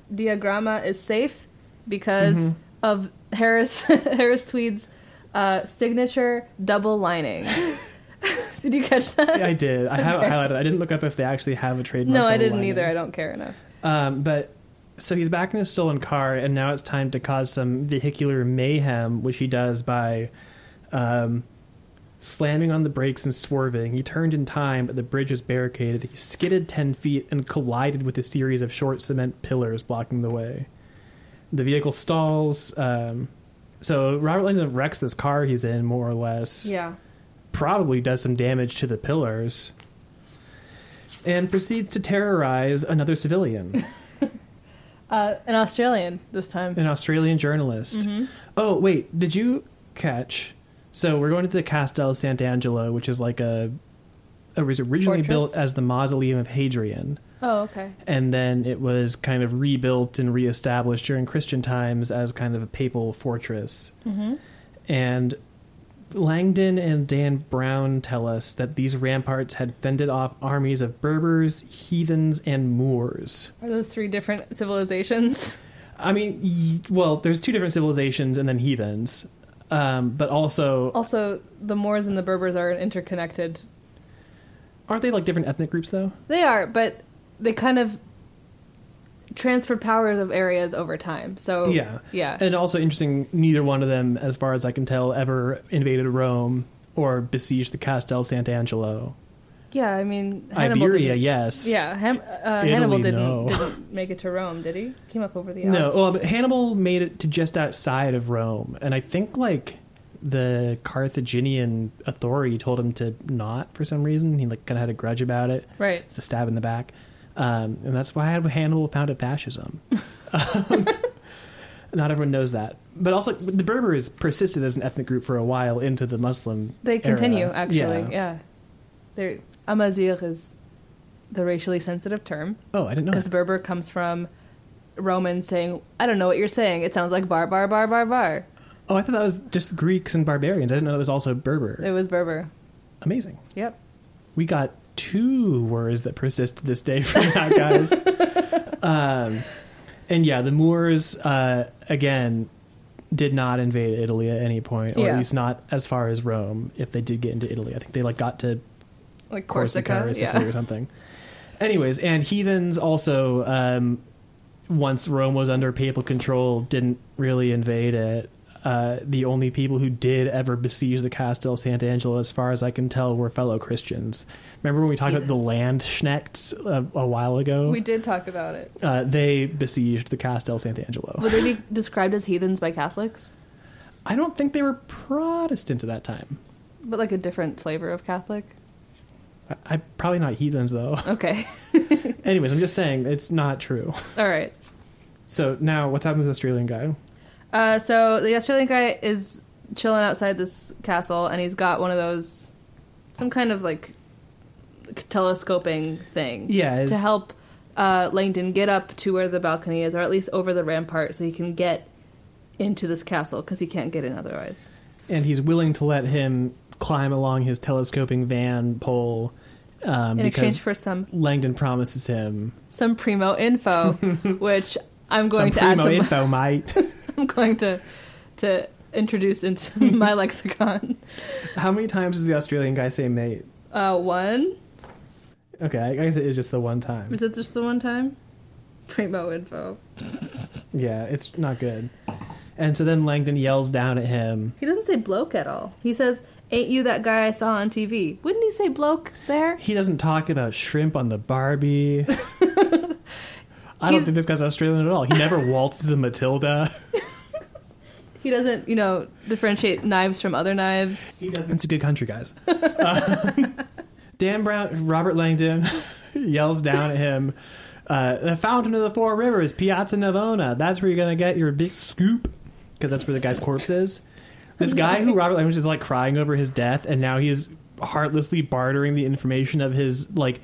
Speaker 2: the diagramma is safe because
Speaker 1: Mm-hmm.
Speaker 2: of Harris Harris Tweed's uh, signature double lining. Did you catch that?
Speaker 1: I did. I have it
Speaker 2: Okay.
Speaker 1: highlighted. I didn't look up if they actually have a trademark.
Speaker 2: no, I
Speaker 1: double
Speaker 2: didn't
Speaker 1: lining.
Speaker 2: either. I don't care enough.
Speaker 1: Um, but so he's back in his stolen car, and now it's time to cause some vehicular mayhem, which he does by um, slamming on the brakes and swerving. He turned in time, but the bridge was barricaded. He skidded 10 feet and collided with a series of short cement pillars blocking the way. The vehicle stalls. Um, so Robert Langdon wrecks this car he's in, more or less
Speaker 2: Yeah.
Speaker 1: probably does some damage to the pillars and proceeds to terrorize another civilian,
Speaker 2: Uh, an Australian this time.
Speaker 1: an Australian journalist. Oh, wait, did you catch? So we're going to the Castel Sant'Angelo, which is like a it was originally
Speaker 2: Fortress?
Speaker 1: built as the mausoleum of Hadrian,
Speaker 2: Oh, okay.
Speaker 1: and then it was kind of rebuilt and reestablished during Christian times as kind of a papal fortress. And Langdon and Dan Brown tell us that these ramparts had fended off armies of Berbers, heathens, and Moors.
Speaker 2: Are those three different civilizations?
Speaker 1: I mean, y- well, there's two different civilizations and then heathens, um, but also
Speaker 2: Also, the Moors and the Berbers are interconnected.
Speaker 1: aren't they like different ethnic groups though?
Speaker 2: They are, but they kind of transferred powers of areas over time. So
Speaker 1: Yeah.
Speaker 2: Oh, yeah,
Speaker 1: And also interesting, neither one of them, as far as I can tell, ever invaded Rome or besieged the Castel Sant'Angelo.
Speaker 2: yeah. I mean, Hannibal
Speaker 1: Iberia,
Speaker 2: didn't-
Speaker 1: yes.
Speaker 2: Yeah, Ham, uh,
Speaker 1: Italy,
Speaker 2: Hannibal didn't,
Speaker 1: no.
Speaker 2: didn't make it to Rome, did he? Came up over the Alps.
Speaker 1: No, well, but Hannibal made it to just outside of Rome, and I think like the Carthaginian authority told him to not for some reason. He like kind of had a grudge about it.
Speaker 2: Right.
Speaker 1: It's the stab in the back, um, and that's why Hannibal founded fascism. not everyone knows that, but also the Berbers persisted as an ethnic group for a while into the Muslim.
Speaker 2: They continue,
Speaker 1: era.
Speaker 2: actually. Yeah.
Speaker 1: Yeah.
Speaker 2: They're, amazigh is the racially sensitive term
Speaker 1: Oh, I didn't know.
Speaker 2: because
Speaker 1: that.
Speaker 2: Berber comes from Roman saying, I don't know what you're saying. It sounds like bar, bar, bar, bar, bar.
Speaker 1: Oh, I thought that was just Greeks and barbarians. I didn't know that was also Berber.
Speaker 2: It was Berber.
Speaker 1: Amazing.
Speaker 2: Yep.
Speaker 1: We got two words that persist to this day from that, guys. um, and yeah, the Moors, uh, again, did not invade Italy at any point, or
Speaker 2: Yeah.
Speaker 1: at least not as far as Rome, if they did get into Italy. I think they like got to
Speaker 2: Like Corsica.
Speaker 1: Corsica, or Sicily
Speaker 2: yeah.
Speaker 1: or something. Anyways, and heathens also, um, once Rome was under papal control, didn't really invade it. Uh, the only people who did ever besiege the Castel Sant'Angelo, as far as I can tell, were fellow Christians. Remember when we talked about the Landsknechts a, a while ago?
Speaker 2: We did talk about it.
Speaker 1: uh, they besieged the Castel Sant'Angelo.
Speaker 2: Would they be described as heathens by Catholics?
Speaker 1: I don't think they were Protestant at that time.
Speaker 2: But like a different flavor of Catholic?
Speaker 1: I, I probably not heathens though.
Speaker 2: Okay.
Speaker 1: Anyways, I'm just saying it's not true.
Speaker 2: All right.
Speaker 1: So now, what's happened to the Australian guy?
Speaker 2: Uh, so the Australian guy is chilling outside this castle, and he's got one of those, some kind of like telescoping thing.
Speaker 1: Yeah,
Speaker 2: to
Speaker 1: it's-
Speaker 2: help uh, Langdon get up to where the balcony is, or at least over the rampart, so he can get into this castle because he can't get in otherwise.
Speaker 1: and he's willing to let him climb along his telescoping van pole um,
Speaker 2: In exchange
Speaker 1: because
Speaker 2: for some
Speaker 1: Langdon promises him
Speaker 2: some primo info, which I'm going to
Speaker 1: some
Speaker 2: add
Speaker 1: primo
Speaker 2: some.
Speaker 1: info, mate.
Speaker 2: I'm going to to introduce into my lexicon.
Speaker 1: How many times does the Australian guy say mate?
Speaker 2: Uh, one
Speaker 1: Okay, I guess it is just the one time.
Speaker 2: is it just the one time? Primo info.
Speaker 1: Yeah, it's not good. And so then Langdon yells down at him.
Speaker 2: He doesn't say bloke at all. He says, "Ain't you that guy I saw on TV?" Wouldn't he say bloke there?
Speaker 1: He doesn't talk about shrimp on the Barbie. I don't
Speaker 2: He's-
Speaker 1: think this guy's Australian at all. He never waltzes a Matilda.
Speaker 2: He doesn't, you know, differentiate knives from other knives.
Speaker 1: He doesn't. It's a good country, guys. Um, Dan Brown, Robert Langdon yells down at him. Uh, the fountain of the four rivers, Piazza Navona. That's where you're gonna get your big scoop, because that's where the guy's corpse is. This guy who Robert Langdon was just like crying over his death, and now he is heartlessly bartering the information of his like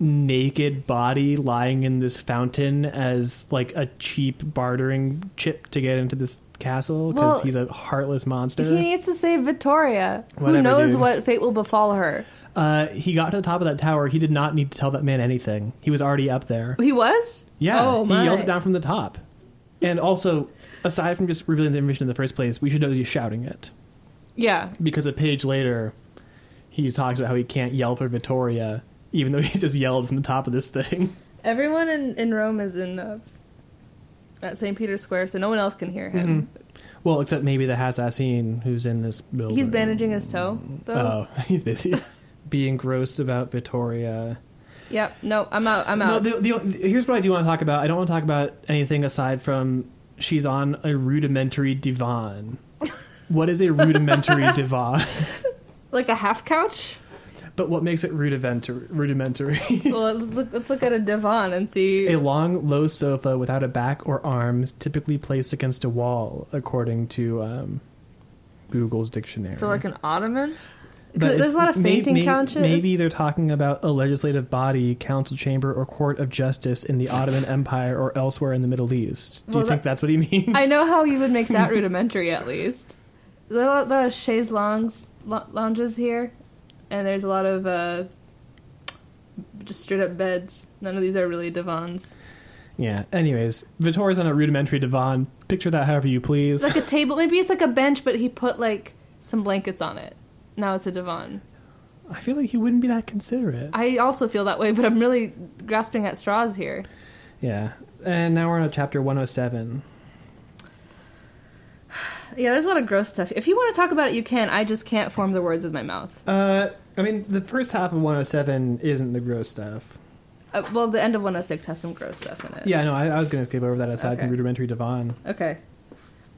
Speaker 1: naked body lying in this fountain as like a cheap bartering chip to get into this castle because
Speaker 2: Well,
Speaker 1: he's a heartless monster.
Speaker 2: He needs to save Vittoria. Who
Speaker 1: Whatever,
Speaker 2: knows
Speaker 1: dude.
Speaker 2: what fate will befall her?
Speaker 1: Uh, he got to the top of that tower. He did not need to tell that man anything. He was already up there.
Speaker 2: He was.
Speaker 1: Yeah,
Speaker 2: Oh my.
Speaker 1: he yells it down from the top. And also, aside from just revealing the information in the first place, we should know he's shouting it
Speaker 2: Yeah.
Speaker 1: because a page later, he talks about how he can't yell for Vittoria, even though he's just yelled from the top of this thing.
Speaker 2: Everyone in, in Rome is in uh, at St. Peter's Square, so no one else can hear him.
Speaker 1: Mm-hmm. Well, except maybe the Hassassin who's in this building.
Speaker 2: He's bandaging his toe, though.
Speaker 1: Oh, he's busy being gross about Vittoria.
Speaker 2: Yep. No, I'm out. I'm
Speaker 1: No,
Speaker 2: out.
Speaker 1: the, the, here's what I do want to talk about. I don't want to talk about anything aside from she's on a rudimentary divan. what is a rudimentary divan?
Speaker 2: like a half couch.
Speaker 1: But what makes it rudimentary? rudimentary?
Speaker 2: well, let's look, let's look at a divan and see.
Speaker 1: a long, low sofa without a back or arms, typically placed against a wall, according to um, Google's dictionary.
Speaker 2: So, like an ottoman. 'Cause
Speaker 1: But it's-
Speaker 2: There's a lot of
Speaker 1: may-
Speaker 2: fainting
Speaker 1: may-
Speaker 2: couches.
Speaker 1: Maybe they're talking about a legislative body, council chamber, or court of justice in the Ottoman Empire or elsewhere in the Middle East. Do
Speaker 2: Well,
Speaker 1: you
Speaker 2: that-
Speaker 1: think that's what he means?
Speaker 2: I know how you would make that rudimentary, at least. There are, there are chaise longues, lo- lounges here, and there's a lot of uh, just straight up beds. None of these are really divans.
Speaker 1: Yeah. Anyways, Vittoria's on a rudimentary divan. Picture that however you please.
Speaker 2: It's like a table. Maybe it's like a bench, but he put like some blankets on it. Now it's a divan.
Speaker 1: I feel like he wouldn't be that considerate.
Speaker 2: I also feel that way, but I'm really grasping at straws here.
Speaker 1: Yeah. And now we're on to chapter 107.
Speaker 2: Yeah, there's a lot of gross stuff. If you want to talk about it, you can. I just can't form the words with my mouth.
Speaker 1: Uh, I mean, the first half of 107 isn't the gross stuff.
Speaker 2: Uh, well, the end of 106 has some gross stuff in it.
Speaker 1: Yeah, no, I, I was going to skip over that aside
Speaker 2: Okay.
Speaker 1: from rudimentary divan.
Speaker 2: Okay.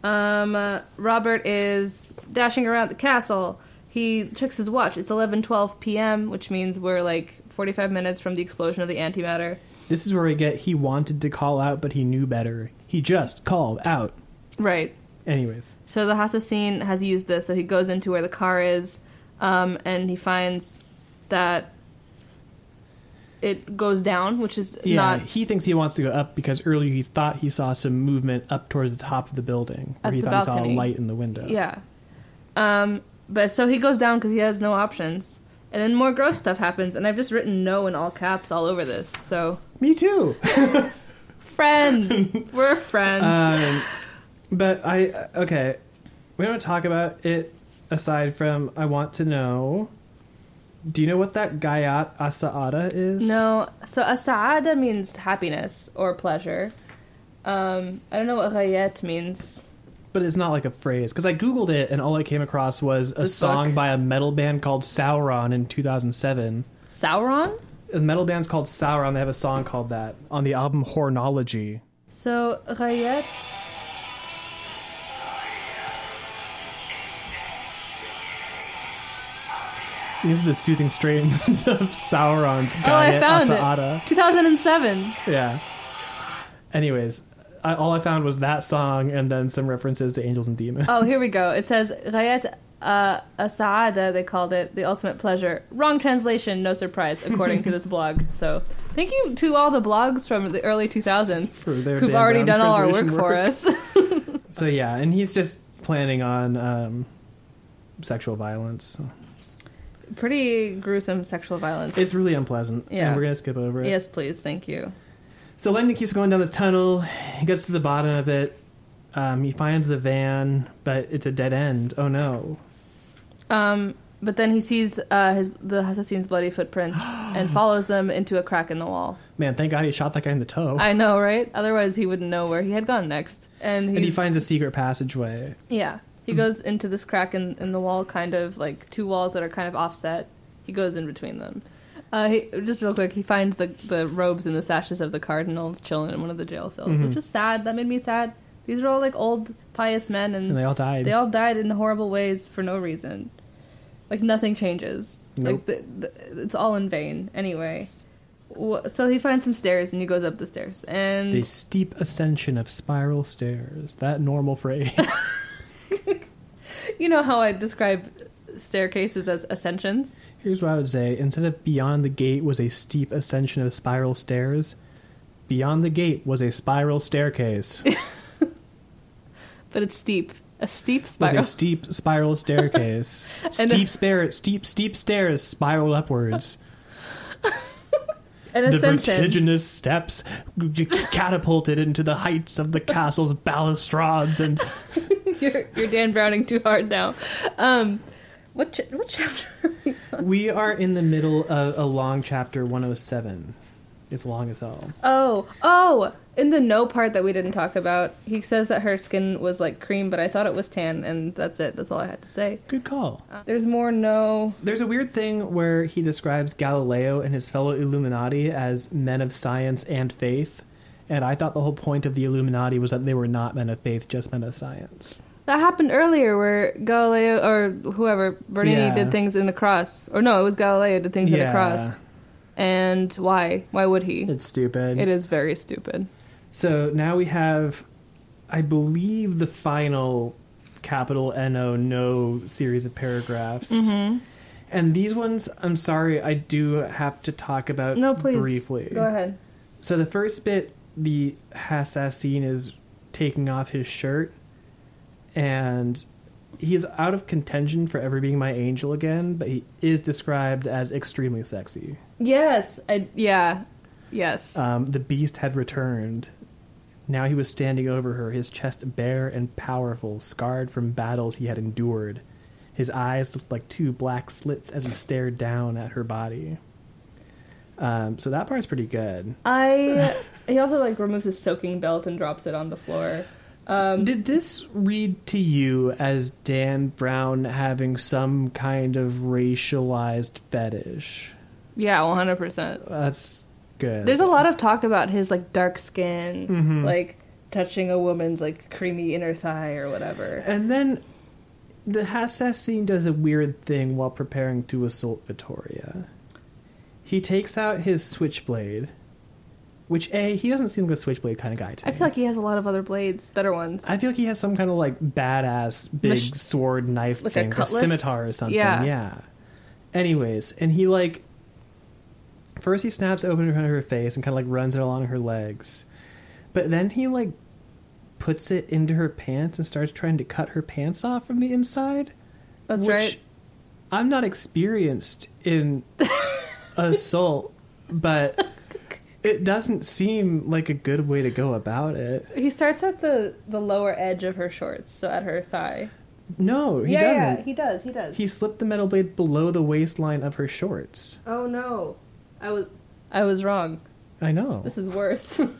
Speaker 2: Um, uh, Robert is dashing around the castle. He checks his watch. It's 11:12 p.m., which means we're like 45 minutes from the explosion of the antimatter.
Speaker 1: This is where we get he wanted to call out, but he knew better. He just called out.
Speaker 2: Right.
Speaker 1: Anyways,
Speaker 2: So the Hassassin has used this. So he goes into where the car is, um, and he finds that it goes down, which is
Speaker 1: yeah,
Speaker 2: not
Speaker 1: he thinks he wants to go up because earlier he thought he saw some movement up towards the top of the building,
Speaker 2: At
Speaker 1: where he
Speaker 2: the
Speaker 1: thought he
Speaker 2: balcony.
Speaker 1: saw a light in the window.
Speaker 2: Yeah. Um, but so he goes down because he has no options. And then more gross stuff happens, and I've just written no in all caps all over this. So,
Speaker 1: me too.
Speaker 2: friends! We're friends.
Speaker 1: um, but I uh, okay. We don't talk about it aside from I want to know. Do you know what that Gayat Asaada is?
Speaker 2: no, so asa'ada means happiness or pleasure. Um, I don't know what rayet means.
Speaker 1: but it's not like a phrase because I googled it and all I came across was a
Speaker 2: This
Speaker 1: song
Speaker 2: book?
Speaker 1: by a metal band called Sauron in 2007.
Speaker 2: Sauron?
Speaker 1: The metal band's called Sauron. They have a song called that on the album Hornology.
Speaker 2: So, rayet.
Speaker 1: These are the soothing strains of Sauron's
Speaker 2: Oh, I
Speaker 1: Gayet
Speaker 2: found
Speaker 1: Asaada.
Speaker 2: it. 2007.
Speaker 1: Yeah. Anyways, I, all I found was that song and then some references to angels and demons.
Speaker 2: Oh, here we go. It says Rayat uh, Asada, they called it the ultimate pleasure. Wrong translation, no surprise, according to this blog. So, thank you to all the blogs from the early 2000s
Speaker 1: For their
Speaker 2: who've
Speaker 1: Dan
Speaker 2: already
Speaker 1: Brown
Speaker 2: done all our work,
Speaker 1: translation
Speaker 2: for us.
Speaker 1: So yeah, and he's just planning on um, sexual violence.
Speaker 2: Pretty gruesome sexual violence.
Speaker 1: It's really unpleasant.
Speaker 2: Yeah.
Speaker 1: And we're gonna skip over it.
Speaker 2: yes, please, thank you.
Speaker 1: So Langdon keeps going down this tunnel. He gets to the bottom of it. Um, he finds the van, but it's a dead end. Oh no!
Speaker 2: Um, but then he sees uh, his, the assassin's bloody footprints and follows them into a crack in the wall.
Speaker 1: Man, thank God he shot that guy in the toe.
Speaker 2: I know, right? Otherwise, he wouldn't know where he had gone next. And,
Speaker 1: and he
Speaker 2: he's-
Speaker 1: finds a secret passageway.
Speaker 2: Yeah.
Speaker 1: Hmm.
Speaker 2: He goes into this crack in, in the wall, kind of like two walls that are kind of offset. He goes in between them. Uh, he, just real quick, he finds the, the robes and the sashes of the cardinals chilling in one of the jail cells,
Speaker 1: Mm-hmm.
Speaker 2: which is sad. That made me sad. These are all like old pious men, and,
Speaker 1: And they all died.
Speaker 2: they all died in horrible ways for no reason. Like nothing changes.
Speaker 1: Nope.
Speaker 2: Like the, the, it's all in vain. Anyway, Wh- so he finds some stairs and he goes up the stairs. And
Speaker 1: the steep ascension of spiral stairs. That normal phrase.
Speaker 2: you know how I describe staircases as ascensions.
Speaker 1: Here's what I would say: instead of beyond the gate was a steep ascension of spiral stairs, beyond the gate was a spiral staircase.
Speaker 2: but it's steep. A steep
Speaker 1: was
Speaker 2: spiral.
Speaker 1: a steep spiral staircase. steep spare, steep steep stairs spiraled upwards.
Speaker 2: An
Speaker 1: the
Speaker 2: ascension.
Speaker 1: vertiginous steps g- g- catapulted into the heights of the castle's balustrades and
Speaker 2: You're, you're Dan Browning too hard now. Um, what, ch- what chapter? are we on?
Speaker 1: we are in the middle of a long chapter 107 it's long as hell
Speaker 2: Oh, oh! In the no part that we didn't talk about, he says that her skin was like cream, but I thought it was tan, and that's it. That's all I had to say.
Speaker 1: good call
Speaker 2: Uh, there's more no.
Speaker 1: there's a weird thing where he describes galileo and his fellow illuminati as men of science and faith and i thought the whole point of the illuminati was that they were not men of faith just men of science
Speaker 2: That happened earlier where Galileo or whoever, Bernini,
Speaker 1: Yeah.
Speaker 2: did things in the cross. Or no, it was Galileo did things in
Speaker 1: Yeah.
Speaker 2: the cross. And why? Why would he?
Speaker 1: it's stupid
Speaker 2: it is very stupid.
Speaker 1: So now we have, I believe, the final capital NO no series of paragraphs.
Speaker 2: Mm-hmm.
Speaker 1: And these ones, I'm sorry, I do have to talk about
Speaker 2: No, please.
Speaker 1: briefly.
Speaker 2: Go ahead.
Speaker 1: So the first bit, the assassin is taking off his shirt, and he is out of contention for ever being my angel again, but he is described as extremely sexy.
Speaker 2: Yes, I yeah, yes.
Speaker 1: Um, the beast had returned. Now he was standing over her, his chest bare and powerful, scarred from battles he had endured. His eyes looked like two black slits as he stared down at her body. Um, so that part's pretty good.
Speaker 2: I he also like removes his soaking belt and drops it on the floor. Um,
Speaker 1: Did this read to you as Dan Brown having some kind of racialized fetish?
Speaker 2: Yeah, one hundred percent.
Speaker 1: That's good. Mm-hmm.
Speaker 2: There's a lot of talk about his like dark skin, like touching a woman's like creamy inner thigh or whatever.
Speaker 1: And then the Hassas scene does a weird thing while preparing to assault Vittoria. He takes out his switchblade, which A, he doesn't seem like a switchblade kind of guy to
Speaker 2: I
Speaker 1: me.
Speaker 2: feel like he has a lot of other blades, better ones.
Speaker 1: I feel like he has some kind of like badass big
Speaker 2: Mach-
Speaker 1: sword knife
Speaker 2: like a
Speaker 1: thing, like
Speaker 2: cutlass?
Speaker 1: scimitar or something.
Speaker 2: Yeah.
Speaker 1: yeah. Anyways, and he like first he snaps open in front of her face and kind of like runs it along her legs, but then he like puts it into her pants and starts trying to cut her pants off from the inside.
Speaker 2: That's
Speaker 1: which
Speaker 2: right.
Speaker 1: I'm not experienced in assault, but it doesn't seem like a good way to go about it.
Speaker 2: He starts at the the lower edge of her shorts, so at her thigh.
Speaker 1: No, he
Speaker 2: yeah,
Speaker 1: doesn't.
Speaker 2: yeah, he does. He does.
Speaker 1: He slipped the metal blade below the waistline of her shorts.
Speaker 2: Oh no, I was I was wrong.
Speaker 1: I know.
Speaker 2: This is worse.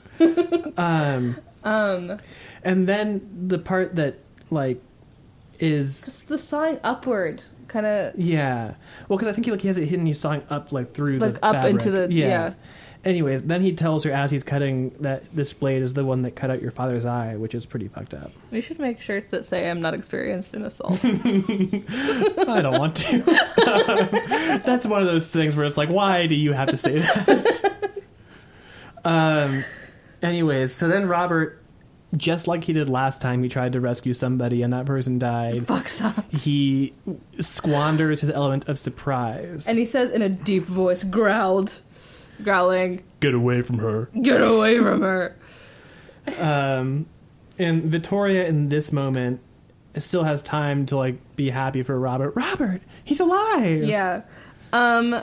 Speaker 1: Um,
Speaker 2: um,
Speaker 1: and then the part that like is
Speaker 2: it's the sawing upward kind of
Speaker 1: yeah, well, because I think he like he has it hidden. He's sawing up like through
Speaker 2: like
Speaker 1: the
Speaker 2: up
Speaker 1: fabric.
Speaker 2: into the yeah.
Speaker 1: Anyways, then he tells her as he's cutting that this blade is the one that cut out your father's eye, which is pretty fucked up.
Speaker 2: We should make shirts that say "I'm not experienced in assault."
Speaker 1: I don't want to. that's one of those things where it's like, why do you have to say that? um, anyways, so then Robert, just like he did last time, he tried to rescue somebody and that person died.
Speaker 2: Fucks up.
Speaker 1: He squanders his element of surprise.
Speaker 2: And he says in a deep voice, growled, growling,
Speaker 1: Get away from her.
Speaker 2: "Get away from her."
Speaker 1: Um, and Vittoria, in this moment, still has time to like be happy for Robert. Robert, he's alive.
Speaker 2: Yeah. Um.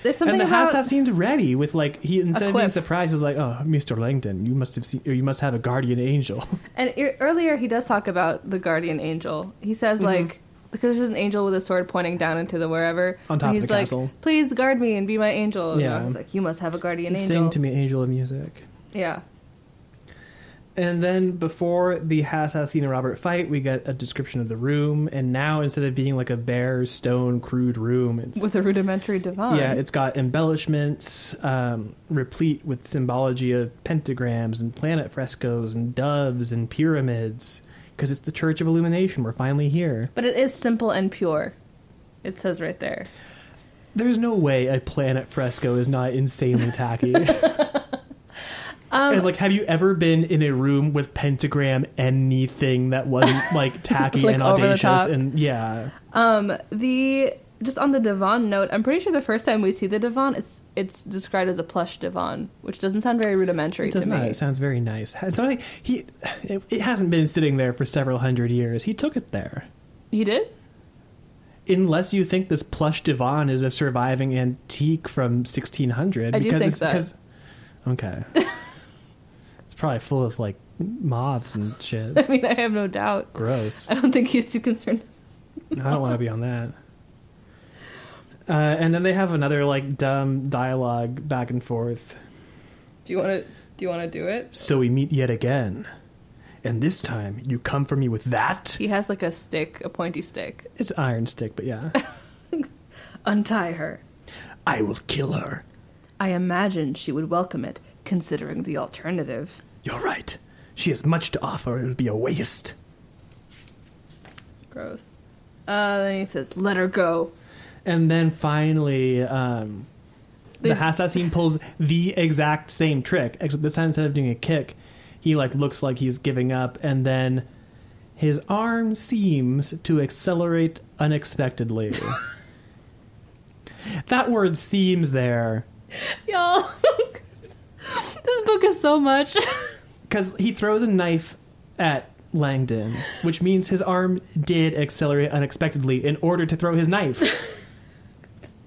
Speaker 2: There's something
Speaker 1: and the
Speaker 2: about
Speaker 1: house has seems ready with like he instead of being
Speaker 2: quip.
Speaker 1: surprised is like oh mr langdon you must have seen or you must have a guardian angel
Speaker 2: And e- earlier, he does talk about the guardian angel. He
Speaker 1: Mm-hmm.
Speaker 2: says like because there's an angel with a sword pointing down into the wherever.
Speaker 1: On top of
Speaker 2: and he's
Speaker 1: the
Speaker 2: like,
Speaker 1: castle.
Speaker 2: Please guard me and be my angel. And
Speaker 1: Yeah.
Speaker 2: I was like, you must have a guardian
Speaker 1: sing
Speaker 2: angel.
Speaker 1: to me angel of music
Speaker 2: Yeah.
Speaker 1: and then before the Hassassin and Robert fight, we get a description of the room. And now instead of being like a bare, stone, crude room, it's
Speaker 2: With a rudimentary divine.
Speaker 1: yeah, it's got embellishments um, replete with symbology of pentagrams and planet frescoes and doves and pyramids. Because it's the Church of Illumination. We're finally here.
Speaker 2: but it is simple and pure. It says right there.
Speaker 1: There's no way a planet fresco is not insanely tacky.
Speaker 2: Um,
Speaker 1: and like, have you ever been in a room with pentagram anything that wasn't like tacky
Speaker 2: Like,
Speaker 1: and
Speaker 2: over the
Speaker 1: audacious?
Speaker 2: top.
Speaker 1: And yeah,
Speaker 2: Um, the just on the divan note, I'm pretty sure the first time we see the divan, it's it's described as a plush divan, which doesn't sound very rudimentary
Speaker 1: it does
Speaker 2: to
Speaker 1: not.
Speaker 2: me.
Speaker 1: It sounds very nice. It's not like he, it, it hasn't been sitting there for several hundred years. He took it there.
Speaker 2: he did.
Speaker 1: Unless you think this plush divan is a surviving antique from 1600,
Speaker 2: I do think
Speaker 1: it's
Speaker 2: that.
Speaker 1: okay, it's probably full of like moths and shit.
Speaker 2: I mean, I have no doubt.
Speaker 1: Gross.
Speaker 2: I don't think he's too concerned.
Speaker 1: I don't want to be on that. Uh, and then they have another like dumb dialogue back and forth.
Speaker 2: Do you want to? Do you want to do it?
Speaker 1: So we meet yet again, and this time you come for me with that.
Speaker 2: He has like a stick, a pointy stick.
Speaker 1: It's iron stick, but yeah,
Speaker 2: Untie her.
Speaker 1: I will kill her.
Speaker 2: I imagine she would welcome it, considering the alternative.
Speaker 1: You're right. She has much to offer. It would be a waste.
Speaker 2: Gross. Uh, then he says, "Let her go."
Speaker 1: And then finally, um, the,
Speaker 2: The-
Speaker 1: assassin pulls the exact same trick, except this time instead of doing a kick, he like looks like he's giving up, and then his arm seems to accelerate unexpectedly. that word "seems" there
Speaker 2: Y'all, this book is so much.
Speaker 1: because he throws a knife at Langdon, which means his arm did accelerate unexpectedly in order to throw his knife.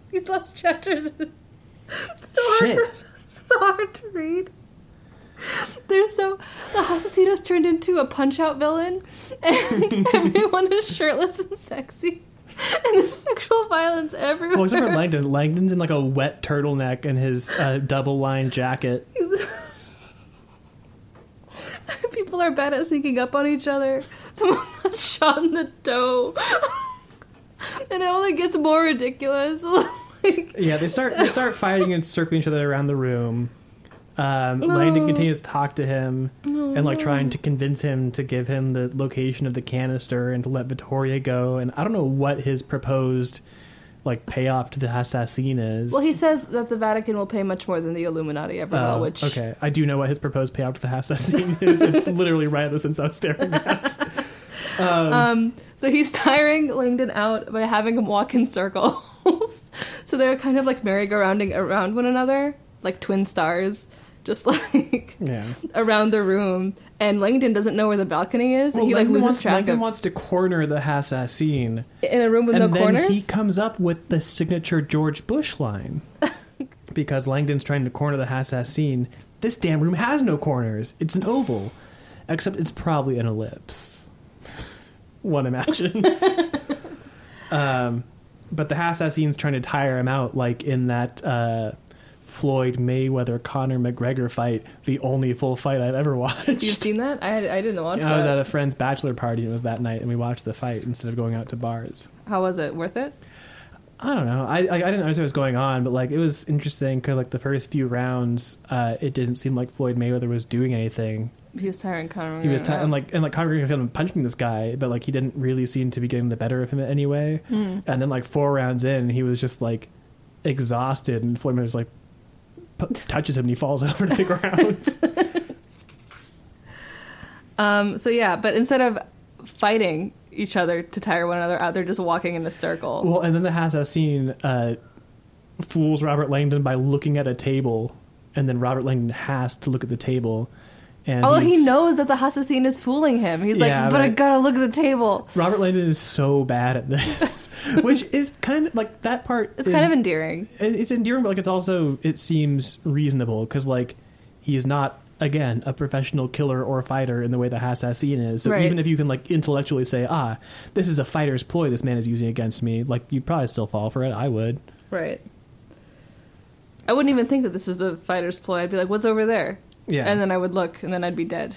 Speaker 2: These last chapters are so
Speaker 1: Shit.
Speaker 2: hard, for- so hard to read. They're so the Hasatida's turned into a punch out villain, and everyone is shirtless and sexy, and there's sexual violence everywhere.
Speaker 1: well, except for Langdon. Langdon's in like a wet turtleneck and his uh, double line jacket.
Speaker 2: People are bad at sneaking up on each other. Someone got shot in the toe, and it only gets more ridiculous. like,
Speaker 1: Yeah, they start they start fighting and circling each other around the room. Um,
Speaker 2: No.
Speaker 1: Langdon continues to talk to him,
Speaker 2: oh
Speaker 1: and like trying to convince him to give him the location of the canister and to let Vittoria go. And I don't know what his proposed like payoff to the assassin is.
Speaker 2: Well, he says that the Vatican will pay much more than the Illuminati ever
Speaker 1: Oh,
Speaker 2: will, which
Speaker 1: okay, I do know what his proposed payoff to the assassin is. It's literally right at the Sims I was staring at.
Speaker 2: Um, so he's tiring Langdon out by having him walk in circles. so they're kind of like merry-go-rounding around one another, like twin stars, just like
Speaker 1: Yeah.
Speaker 2: around the room. And Langdon doesn't know where the balcony is. and he like
Speaker 1: Langdon
Speaker 2: loses
Speaker 1: wants,
Speaker 2: track
Speaker 1: Langdon
Speaker 2: of
Speaker 1: wants to corner the assassin,
Speaker 2: in a room with
Speaker 1: and
Speaker 2: no
Speaker 1: then
Speaker 2: corners.
Speaker 1: he comes up with the signature George Bush line because Langdon's trying to corner the assassin. This damn room has no corners. It's an oval, except it's probably an ellipse. One imagines. um, but the assassin's trying to tire him out, like in that. Uh, Floyd Mayweather Conor McGregor fight, the only full fight I've ever watched.
Speaker 2: You've seen that? I I didn't watch
Speaker 1: Yeah, I was
Speaker 2: that.
Speaker 1: at a friend's bachelor party. and It was that night, and we watched the fight instead of going out to bars.
Speaker 2: How was it? Worth it?
Speaker 1: I don't know. I I, I didn't understand what was going on, but like it was interesting because like the first few rounds, uh, it didn't seem like Floyd Mayweather was doing anything.
Speaker 2: He was tiring. Conor
Speaker 1: He was t-
Speaker 2: tired.
Speaker 1: and like and like Conor McGregor kept punching this guy, but like he didn't really seem to be getting the better of him in any way.
Speaker 2: Hmm.
Speaker 1: And then like four rounds in, he was just like exhausted, and Floyd Mayweather's like p- touches him and he falls over to the ground.
Speaker 2: Um, so yeah, but instead of fighting each other to tire one another out, they're just walking in a circle.
Speaker 1: Well, and then the has that scene uh, fools Robert Langdon by looking at a table, and then Robert Langdon has to look at the table. And
Speaker 2: Although he
Speaker 1: he's-
Speaker 2: knows that the Hassassin is fooling him. He's
Speaker 1: Yeah,
Speaker 2: like, but I
Speaker 1: but-
Speaker 2: gotta look at the table.
Speaker 1: Robert Langdon is so bad at this, which is kind of like that part.
Speaker 2: It's
Speaker 1: is-
Speaker 2: kind of endearing.
Speaker 1: it- it's endearing, but like it's also it seems reasonable because like he's not again a professional killer or fighter in the way the assassin is. So
Speaker 2: Right.
Speaker 1: even if you can like intellectually say, ah, this is a fighter's ploy this man is using against me, like you'd probably still fall for it. I would.
Speaker 2: Right. I wouldn't even think that this is a fighter's ploy. I'd be like, what's over there?
Speaker 1: Yeah.
Speaker 2: And then I would look, and then I'd be dead.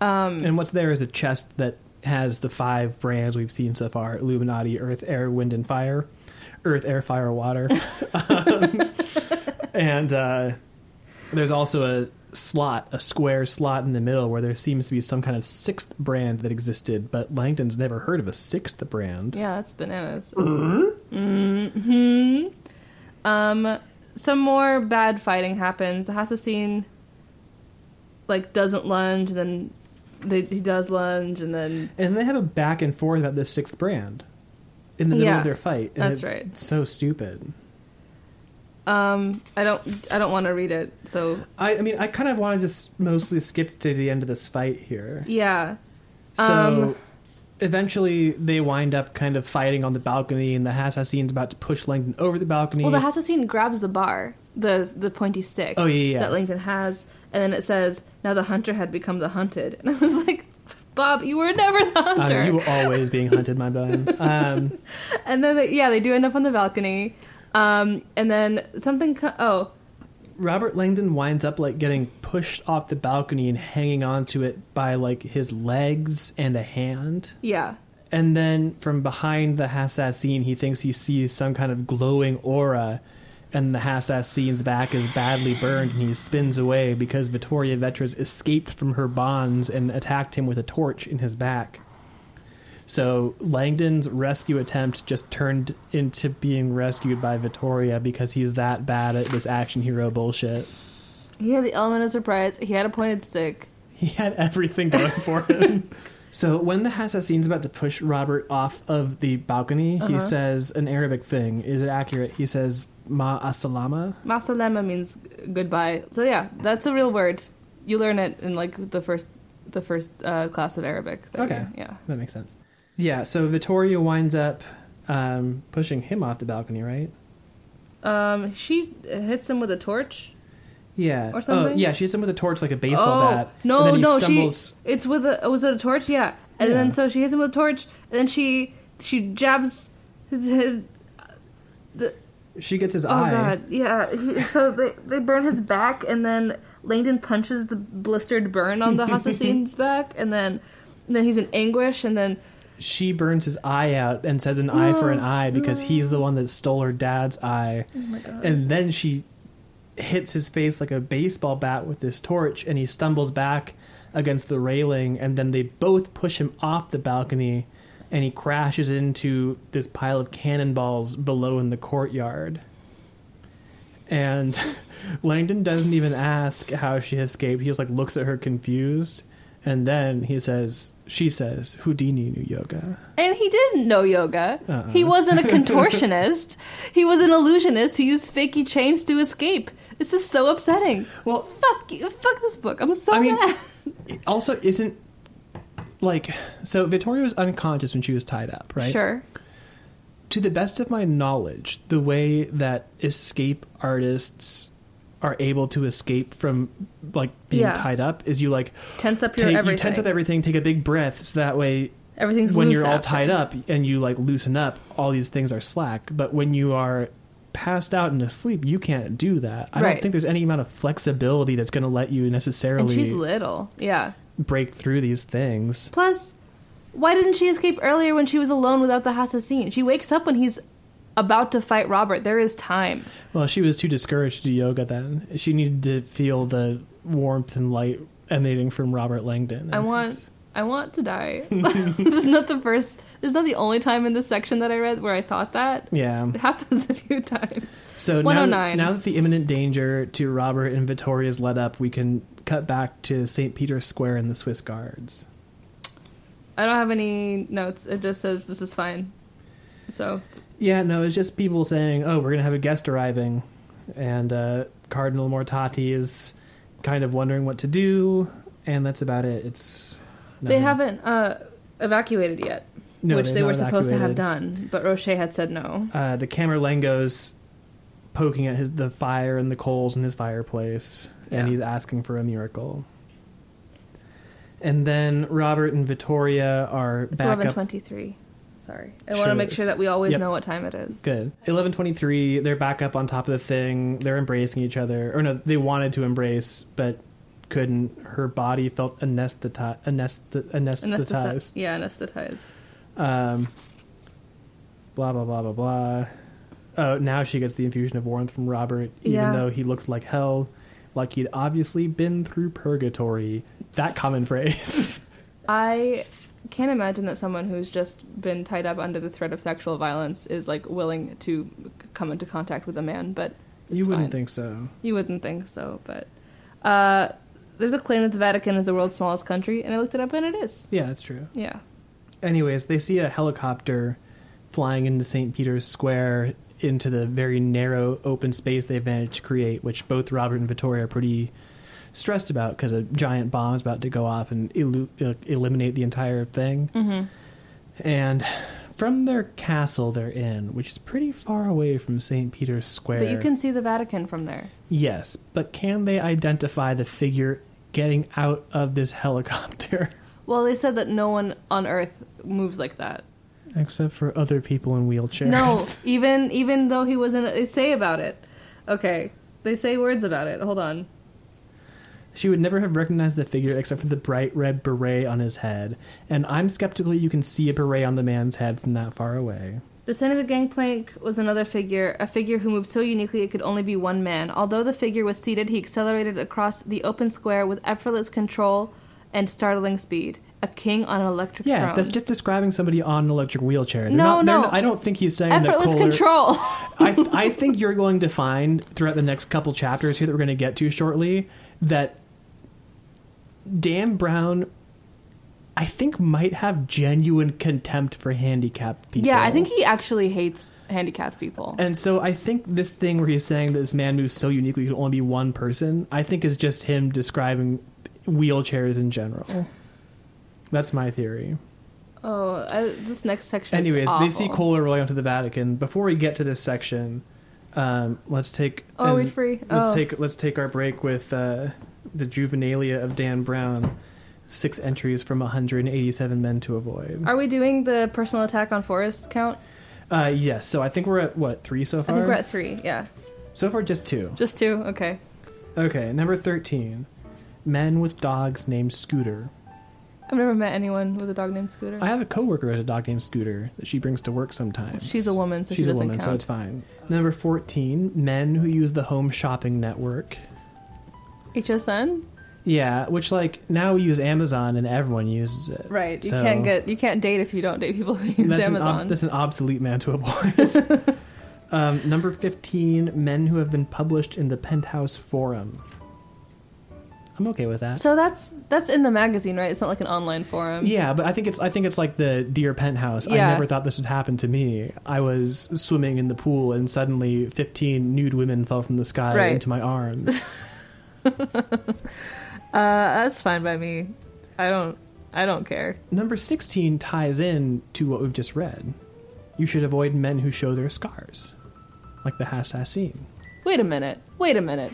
Speaker 1: And what's there is a chest that has the five brands we've seen so far: Illuminati, Earth, Air, Wind, and Fire, Earth, Air, Fire, Water. Um, and uh, there's also a slot, a square slot in the middle, where there seems to be some kind of sixth brand that existed, but Langdon's never heard of a sixth brand.
Speaker 2: Yeah, that's bananas. hmm Um, some more bad fighting happens. The Hassassin, like, doesn't lunge, then they, he does lunge, and then
Speaker 1: And they have a back and forth about this sixth brand in the middle
Speaker 2: Yeah,
Speaker 1: of their fight. And
Speaker 2: that's
Speaker 1: it's
Speaker 2: right.
Speaker 1: So stupid.
Speaker 2: Um, I don't, I don't want to read it. So
Speaker 1: I, I mean, I kind of want to just mostly skip to the end of this fight here.
Speaker 2: yeah,
Speaker 1: So
Speaker 2: Um,
Speaker 1: eventually they wind up kind of fighting on the balcony, and the Hassassin's about to push Langdon over the balcony.
Speaker 2: well, the assassin grabs the bar, the the pointy stick.
Speaker 1: Mm. Oh, yeah, yeah, yeah.
Speaker 2: That Langdon has, and then it says, "Now the hunter had become the hunted," and I was like, "Bob, you were never the
Speaker 1: I
Speaker 2: hunter."
Speaker 1: know, Uh, you were always being hunted, my bud. Um,
Speaker 2: And then they, yeah, they do end up on the balcony, um, and then something. Co- oh,
Speaker 1: Robert Langdon winds up like getting pushed off the balcony and hanging onto it by like his legs and a hand.
Speaker 2: yeah,
Speaker 1: And then from behind the Hassassin, he thinks he sees some kind of glowing aura, and the Hassassin's back is badly burned, and he spins away because Vittoria Vetras escaped from her bonds and attacked him with a torch in his back. So Langdon's rescue attempt just turned into being rescued by Vittoria because he's that bad at this action hero bullshit.
Speaker 2: he had the element of surprise. He had a pointed stick.
Speaker 1: He had everything going for him. so when the Hassassin's about to push Robert off of the balcony, he
Speaker 2: Uh-huh.
Speaker 1: says an Arabic thing. Is it accurate? He says Ma Asalama.
Speaker 2: Masalama means g- goodbye. So yeah, that's a real word. You learn it in like the first the first uh, class of Arabic. that
Speaker 1: Okay.
Speaker 2: you- yeah.
Speaker 1: That makes sense. Yeah. So Vittoria winds up um, pushing him off the balcony, right?
Speaker 2: Um, she hits him with a torch.
Speaker 1: Yeah.
Speaker 2: Or something? Oh,
Speaker 1: Oh, yeah. She hits him with a torch like a baseball bat.
Speaker 2: no,
Speaker 1: and then he
Speaker 2: no,
Speaker 1: stumbles.
Speaker 2: she. It's with a was it a torch? Yeah. And
Speaker 1: Yeah.
Speaker 2: then so she hits him with a torch, and then she she jabs. The, the,
Speaker 1: She, gets his
Speaker 2: oh
Speaker 1: eye.
Speaker 2: god, yeah. He- so they they burn his back, and then Langdon punches the blistered burn on the Hassassin's back, and then and then he's in anguish, and then
Speaker 1: She burns his eye out and says an eye for an eye because he's the one that stole her dad's eye.
Speaker 2: oh my god.
Speaker 1: and then she hits his face like a baseball bat with this torch and he stumbles back against the railing, and then they both push him off the balcony, and he crashes into this pile of cannonballs below in the courtyard. And Langdon doesn't even ask how she escaped. He just like looks at her confused, and then he says, "She says Houdini knew yoga."
Speaker 2: And he didn't know yoga.
Speaker 1: Uh-uh.
Speaker 2: He wasn't a contortionist. he was an illusionist who used fakey chains to escape. This is so upsetting.
Speaker 1: Well,
Speaker 2: Fuck you. Fuck this book. I'm so
Speaker 1: I mean-
Speaker 2: mad.
Speaker 1: it also isn't like so. Vittoria was unconscious when she was tied up, right?
Speaker 2: Sure.
Speaker 1: to the best of my knowledge, the way that escape artists are able to escape from like being
Speaker 2: Yeah.
Speaker 1: tied up is you like
Speaker 2: Tense up your
Speaker 1: take,
Speaker 2: everything.
Speaker 1: you tense up everything, take a big breath, so that way
Speaker 2: Everything's
Speaker 1: when
Speaker 2: loose
Speaker 1: you're all
Speaker 2: after.
Speaker 1: tied up and you like loosen up, all these things are slack. But when you are passed out and asleep, you can't do that. I
Speaker 2: Right.
Speaker 1: don't think there's any amount of flexibility that's going to let you
Speaker 2: And she's
Speaker 1: necessarily
Speaker 2: little. Yeah.
Speaker 1: break through these things.
Speaker 2: Plus, why didn't she escape earlier when she was alone without the Hassassin? She wakes up when he's about to fight Robert. There is time.
Speaker 1: Well, she was too discouraged to do yoga then. She needed to feel the warmth and light emanating from Robert Langdon. and
Speaker 2: I want
Speaker 1: his-
Speaker 2: I want to die. this is not the first this is not the only time in this section that I read where I thought that.
Speaker 1: Yeah.
Speaker 2: It happens a few times.
Speaker 1: So now that,
Speaker 2: 109.
Speaker 1: now that the imminent danger to Robert and Vittoria is let up, we can cut back to St. Peter's Square and the Swiss Guards.
Speaker 2: I don't have any notes. It just says this is fine. So
Speaker 1: Yeah, no, it's just people saying, "Oh, we're gonna have a guest arriving," and uh, Cardinal Mortati is kind of wondering what to do, and that's about it. It's
Speaker 2: they
Speaker 1: nothing.
Speaker 2: haven't uh, evacuated yet.
Speaker 1: No,
Speaker 2: which
Speaker 1: they're
Speaker 2: they were
Speaker 1: not
Speaker 2: supposed to have
Speaker 1: evacuated.
Speaker 2: done, but Roche had said no.
Speaker 1: uh, the Camerlengo's poking at his the fire and the coals in his fireplace, and
Speaker 2: Yeah.
Speaker 1: he's asking for a miracle. And then Robert and Vittoria are
Speaker 2: It's
Speaker 1: back
Speaker 2: eleven
Speaker 1: up.
Speaker 2: twenty three. Sorry. I
Speaker 1: Sure
Speaker 2: want to make
Speaker 1: is.
Speaker 2: sure that we always
Speaker 1: Yep.
Speaker 2: know what time it is.
Speaker 1: Good. Eleven twenty-three. They're back up on top of the thing. They're embracing each other. Or no, they wanted to embrace but couldn't. Her body felt anesthetized.
Speaker 2: Anesthetized.
Speaker 1: anesthetized.
Speaker 2: Yeah, anesthetized.
Speaker 1: um, blah blah blah blah blah. Oh, now she gets the infusion of warmth from Robert, even
Speaker 2: Yeah.
Speaker 1: though he looked like hell, like he'd obviously been through purgatory. That common phrase.
Speaker 2: I can't imagine that someone who's just been tied up under the threat of sexual violence is like willing to come into contact with a man, but it's
Speaker 1: you wouldn't
Speaker 2: fine.
Speaker 1: think so.
Speaker 2: you wouldn't think so, but uh, there's a claim that the Vatican is the world's smallest country, and I looked it up, and it is.
Speaker 1: Yeah, that's true.
Speaker 2: Yeah,
Speaker 1: Anyways, they see a helicopter flying into St. Peter's Square into the very narrow open space they've managed to create, which both Robert and Vittoria are pretty stressed about because a giant bomb is about to go off and elu- uh, eliminate the entire thing.
Speaker 2: Mm-hmm.
Speaker 1: And from their castle they're in, which is pretty far away from St. Peter's Square.
Speaker 2: but you can see the Vatican from there.
Speaker 1: Yes, but can they identify the figure getting out of this helicopter?
Speaker 2: Well, they said that no one on Earth moves like that.
Speaker 1: Except for other people in wheelchairs.
Speaker 2: No, even even though he was in, they say about it. Okay, they say words about it. Hold on.
Speaker 1: She would never have recognized the figure except for the bright red beret on his head, and I'm skeptical you can see a beret on the man's head from that far away.
Speaker 2: Descending the gangplank was another figure, a figure who moved so uniquely it could only be one man. Although the figure was seated, he accelerated across the open square with effortless control and startling speed. A king on an electric
Speaker 1: Yeah,
Speaker 2: throne.
Speaker 1: that's just describing somebody on an electric wheelchair. They're
Speaker 2: No,
Speaker 1: not, they're
Speaker 2: no.
Speaker 1: not- I don't think he's saying
Speaker 2: effortless
Speaker 1: that Kohler-
Speaker 2: control.
Speaker 1: I, I think you're going to find throughout the next couple chapters here that we're going to get to shortly that Dan Brown, I think, might have genuine contempt for handicapped people.
Speaker 2: yeah, I think he actually hates handicapped people.
Speaker 1: And so I think this thing where he's saying that this man moves so uniquely could only be one person, I think is just him describing wheelchairs in general. That's my theory.
Speaker 2: Oh, I, this next section.
Speaker 1: Anyways,
Speaker 2: is awful.
Speaker 1: they see Kohler rolling up to the Vatican. Before we get to this section, um, let's take
Speaker 2: Oh, are we
Speaker 1: and
Speaker 2: free?
Speaker 1: Let's
Speaker 2: Oh.
Speaker 1: take let's take our break with uh, the juvenilia of Dan Brown. Six entries from 187 men to avoid.
Speaker 2: Are we doing the personal attack on Forrest count?
Speaker 1: Uh, yes, so I think we're at what three so
Speaker 2: I
Speaker 1: far?
Speaker 2: think we're at three. Yeah,
Speaker 1: so far, just two.
Speaker 2: just two. Okay.
Speaker 1: Okay, number 13. Men with dogs named Scooter.
Speaker 2: I've never met anyone with a dog named Scooter.
Speaker 1: I have a coworker who has a dog named Scooter that she brings to work sometimes.
Speaker 2: She's a woman, so she
Speaker 1: She's a
Speaker 2: doesn't
Speaker 1: woman, so
Speaker 2: count.
Speaker 1: it's fine. Number 14. Men who use the home shopping network.
Speaker 2: HSN.
Speaker 1: Yeah, which like now we use Amazon and everyone uses it.
Speaker 2: Right. You
Speaker 1: So-
Speaker 2: can't get you can't date if you don't date people who use
Speaker 1: That's an,
Speaker 2: Amazon.
Speaker 1: ob- that's an obsolete man to avoid. um, number 15 men who have been published in the Penthouse Forum. I'm okay with that.
Speaker 2: so that's that's in the magazine, right? It's not like an online forum.
Speaker 1: yeah, but I think it's I think it's like the Dear Penthouse.
Speaker 2: Yeah.
Speaker 1: I never thought this would happen to me. I was swimming in the pool and suddenly 15 nude women fell from the sky
Speaker 2: Right.
Speaker 1: into my arms.
Speaker 2: Uh, that's fine by me. I don't I don't care.
Speaker 1: number 16 ties in to what we've just read. You should avoid men who show their scars, like the assassin.
Speaker 2: Wait a minute. Wait a minute.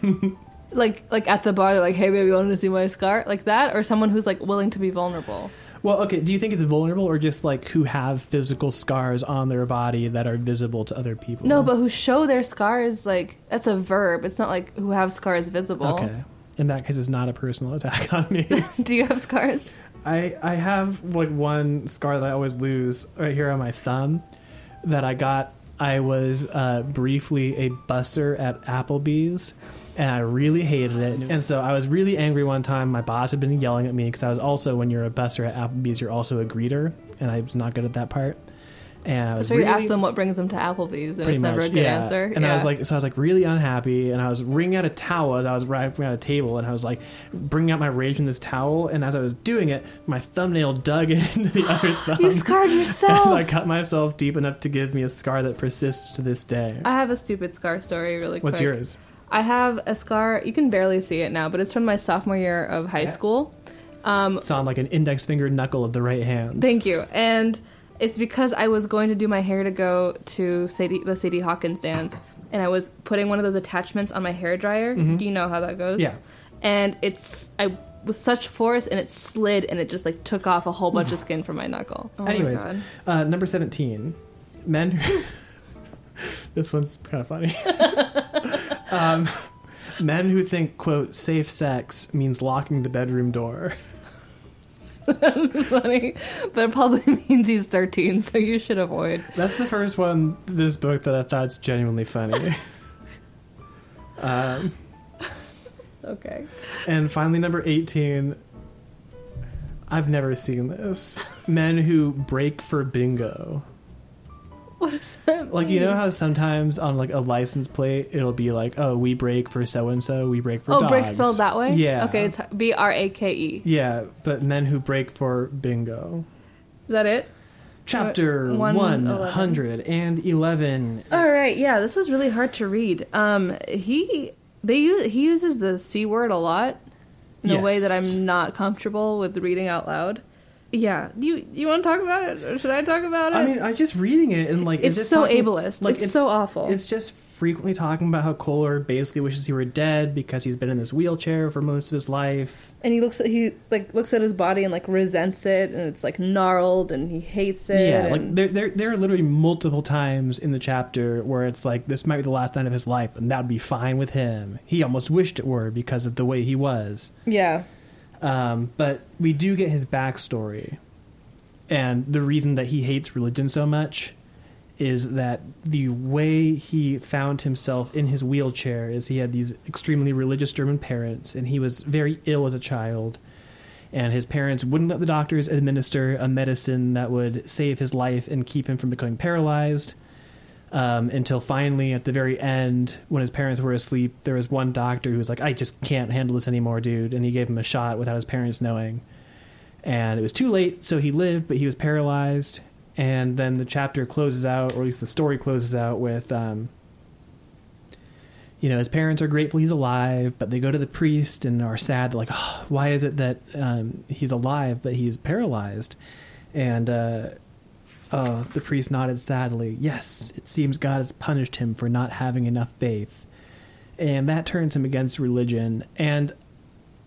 Speaker 2: like like at the bar, they're like, "Hey, baby, you want to see my scar?" Like that, or someone who's like willing to be vulnerable.
Speaker 1: Well, okay. Do you think it's vulnerable or just like who have physical scars on their body that are visible to other people?
Speaker 2: No, but who show their scars? Like that's a verb. It's not like who have scars visible.
Speaker 1: okay. In that case, it's not a personal attack on me.
Speaker 2: Do you have scars?
Speaker 1: I I have like one scar that I always lose right here on my thumb that I got. I was uh, briefly a busser at Applebee's, and I really hated it. And so I was really angry one time. My boss had been yelling at me because I was also when you're a busser at Applebee's, you're also a greeter, and I was not good at that part. And I was
Speaker 2: That's where you
Speaker 1: really-
Speaker 2: ask them what brings them to Applebee's, and
Speaker 1: pretty
Speaker 2: it's never
Speaker 1: much,
Speaker 2: a good
Speaker 1: yeah.
Speaker 2: answer.
Speaker 1: And I was
Speaker 2: Yeah.
Speaker 1: like, so I was like really unhappy, and I was wringing out a towel as I was wrapping out a table, and I was like bringing out my rage in this towel, and as I was doing it, my thumbnail dug into the other thumb,
Speaker 2: "You scarred yourself."
Speaker 1: and I cut myself deep enough to give me a scar that persists to this day.
Speaker 2: I have a stupid scar story, really quick.
Speaker 1: What's yours?
Speaker 2: I have a scar. You can barely see it now, but it's from my sophomore year of high
Speaker 1: Yeah.
Speaker 2: school. Um,
Speaker 1: Sound like an index finger knuckle of the right hand.
Speaker 2: Thank you. And it's because I was going to do my hair to go to Sadie, the Sadie Hawkins dance, and I was putting one of those attachments on my hair dryer. Do you know how that goes?
Speaker 1: Mm-hmm. Yeah.
Speaker 2: And it's I with such force, and it slid, and it just like took off a whole bunch of skin from my knuckle. Oh my
Speaker 1: Anyways,
Speaker 2: God.
Speaker 1: uh, number 17. Men. who- this one's kind of funny. um, men who think, quote, safe sex means locking the bedroom door.
Speaker 2: funny, but it probably means he's thirteen, so you should avoid.
Speaker 1: That's the first one, this book, that I thought's genuinely funny. um,
Speaker 2: Okay.
Speaker 1: and finally, number 18. I've never seen this. Men who break for bingo.
Speaker 2: What is that?
Speaker 1: Like you know
Speaker 2: mean?
Speaker 1: how sometimes on like a license plate it'll be like, oh, we break for so and so, we break for
Speaker 2: Oh,
Speaker 1: dogs.
Speaker 2: break spelled that way.
Speaker 1: Yeah.
Speaker 2: Okay, it's B R A K E. Is
Speaker 1: yeah, but men who break for bingo.
Speaker 2: that it?
Speaker 1: Chapter
Speaker 2: One-
Speaker 1: one hundred and eleven.
Speaker 2: All right, yeah, this was really hard to read. Um, he they use, he uses the c word a lot in a way that
Speaker 1: Yes.
Speaker 2: I'm not comfortable with reading out loud. Yeah, you you want to talk about it? Or should I talk about it?
Speaker 1: I mean, I just reading it and like
Speaker 2: It's
Speaker 1: just
Speaker 2: so ableist. It's so awful.
Speaker 1: It's just frequently talking about how Kohler basically wishes he were dead because he's been in this wheelchair for most of his life.
Speaker 2: and he looks at he like looks at his body and like resents it, and it's like gnarled, and he hates it.
Speaker 1: Yeah, like
Speaker 2: and
Speaker 1: there, there, there are literally multiple times in the chapter where it's like this might be the last night of his life, and that'd be fine with him. He almost wished it were because of the way he was.
Speaker 2: yeah,
Speaker 1: Um, but we do get his backstory, and the reason that he hates religion so much is that the way he found himself in his wheelchair is he had these extremely religious German parents, and he was very ill as a child. And his parents wouldn't let the doctors administer a medicine that would save his life and keep him from becoming paralyzed. Um, until finally, at the very end, when his parents were asleep, there was one doctor who was like, I just can't handle this anymore, dude. And he gave him a shot without his parents knowing. And it was too late, so he lived, but he was paralyzed. And then the chapter closes out, or at least the story closes out with, um, you know, his parents are grateful he's alive, but they go to the priest and are sad, like, oh, why is it that um, he's alive, but he's paralyzed? And, uh, uh, the priest nodded sadly. Yes, it seems God has punished him for not having enough faith. And that turns him against religion. And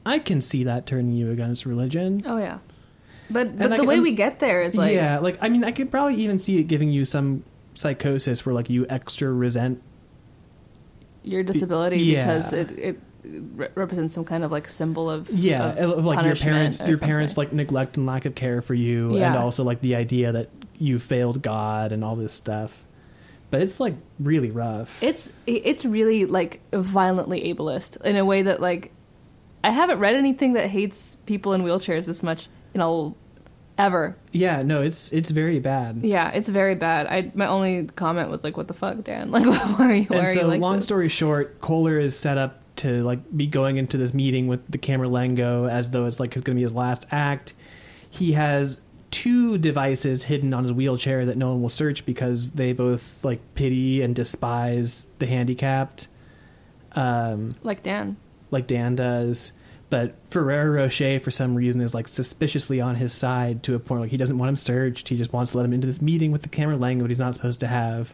Speaker 1: I can see that turning you against religion.
Speaker 2: oh yeah, but but
Speaker 1: I-
Speaker 2: the way
Speaker 1: and-
Speaker 2: we get there is like
Speaker 1: yeah, like, I mean, I could probably even see it giving you some psychosis where, like, you extra resent.
Speaker 2: your disability
Speaker 1: yeah.
Speaker 2: because it it re- represents some kind of like symbol of
Speaker 1: Yeah,
Speaker 2: of
Speaker 1: of, like your
Speaker 2: punishment
Speaker 1: parents,
Speaker 2: or
Speaker 1: your parents,
Speaker 2: something.
Speaker 1: like, neglect and lack of care for you. And
Speaker 2: Yeah.
Speaker 1: also, like, the idea that you failed God and all this stuff. But it's, like, really rough.
Speaker 2: it's it's really like violently ableist in a way that like I haven't read anything that hates people in wheelchairs this much in a ever.
Speaker 1: Yeah, no, it's it's very bad.
Speaker 2: Yeah, it's very bad. I my only comment was like, "What the fuck, Dan? Like, why are you? Why
Speaker 1: and
Speaker 2: are
Speaker 1: so,
Speaker 2: you like
Speaker 1: long
Speaker 2: this?
Speaker 1: story short, Kohler is set up to like be going into this meeting with the camera Lango as though it's like it's going to be his last act. He has two devices hidden on his wheelchair that no one will search because they both like pity and despise the handicapped, um,
Speaker 2: Like Dan?
Speaker 1: like Dan does. But Ferrero Rocher, for some reason, is like suspiciously on his side to a point like he doesn't want him searched. He just wants to let him into this meeting with the camera language he's not supposed to have.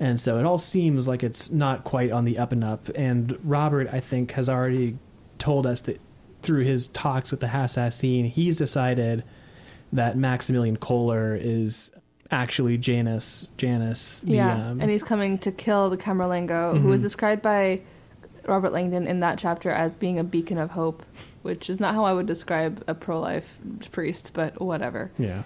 Speaker 1: And so it all seems like it's not quite on the up and up. And Robert, I think, has already told us that through his talks with the Hassassine, he's decided that Maximilian Kohler is actually Janus. Janus. The,
Speaker 2: yeah,
Speaker 1: um, Mm-hmm.
Speaker 2: and he's coming to kill the Camerlingo, who is described by Robert Langdon in that chapter as being a beacon of hope, which is not how I would describe a pro-life priest, but whatever.
Speaker 1: Yeah.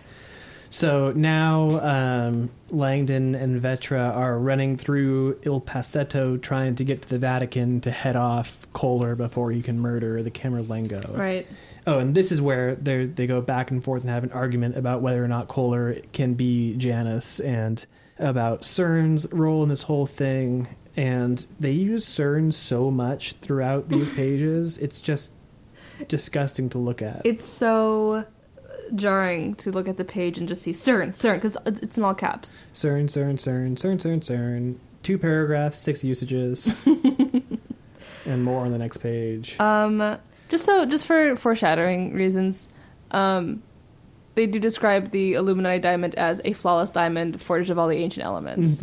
Speaker 1: So now um, Langdon and Vetra are running through Il Passetto trying to get to the Vatican to head off Kohler before he can murder the Camerlengo.
Speaker 2: Right.
Speaker 1: Oh, and this is where they they go back and forth and have an argument about whether or not Kohler can be Janus and about Cern's role in this whole thing. And they use Cern so much throughout these pages, it's just disgusting to look at.
Speaker 2: It's so jarring to look at the page and just see CERN, CERN, because it's in all caps.
Speaker 1: CERN, CERN, CERN, CERN, CERN, CERN. Two paragraphs, six usages, and more on the next page.
Speaker 2: Um, just so, just for foreshadowing reasons, um, they do describe the Illuminati diamond as a flawless diamond forged of all the ancient elements.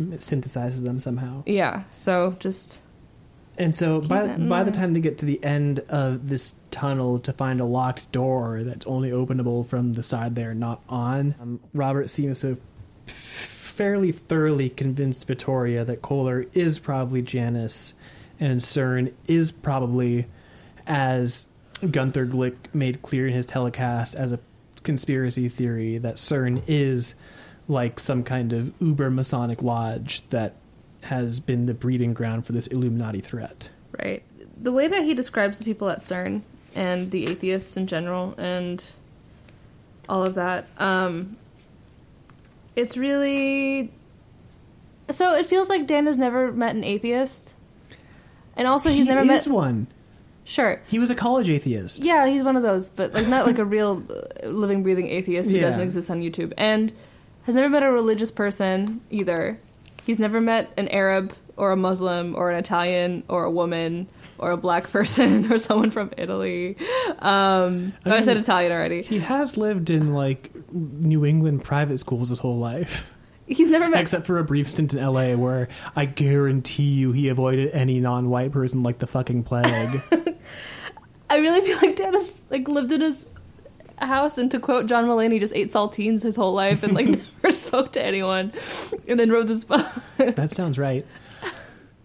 Speaker 1: it synthesizes them somehow.
Speaker 2: Yeah, so just
Speaker 1: And so
Speaker 2: Keep
Speaker 1: by
Speaker 2: that in
Speaker 1: by the
Speaker 2: mind.
Speaker 1: time they get to the end of this tunnel to find a locked door that's only openable from the side they're not on, um, Robert seems to have fairly thoroughly convinced Vittoria that Kohler is probably Janus and Cern is probably, as Gunther Glick made clear in his telecast, as a conspiracy theory that CERN is like some kind of uber Masonic lodge that has been the breeding ground for this Illuminati threat.
Speaker 2: right. The way that he describes the people at CERN and the atheists in general and all of that, um, it's really. So it feels like Dan has never met an atheist, and also he's
Speaker 1: he
Speaker 2: never met.
Speaker 1: is one.
Speaker 2: Sure,
Speaker 1: He was a college atheist.
Speaker 2: Yeah, he's one of those, but like not like a real uh, living, breathing atheist who
Speaker 1: Yeah.
Speaker 2: doesn't exist on YouTube, and has never met a religious person either. He's never met an Arab or a Muslim or an Italian or a woman or a black person or someone from Italy. Um, oh, I said
Speaker 1: mean-
Speaker 2: Italian already.
Speaker 1: He has lived in like New England private schools his whole life,
Speaker 2: He's never met.
Speaker 1: except for a brief stint in LA where I guarantee you he avoided any non white person like the fucking plague.
Speaker 2: I really feel like Dad has like lived in his house and to quote John Mulaney, just ate saltines his whole life and like never spoke to anyone, and then wrote this book.
Speaker 1: that sounds right.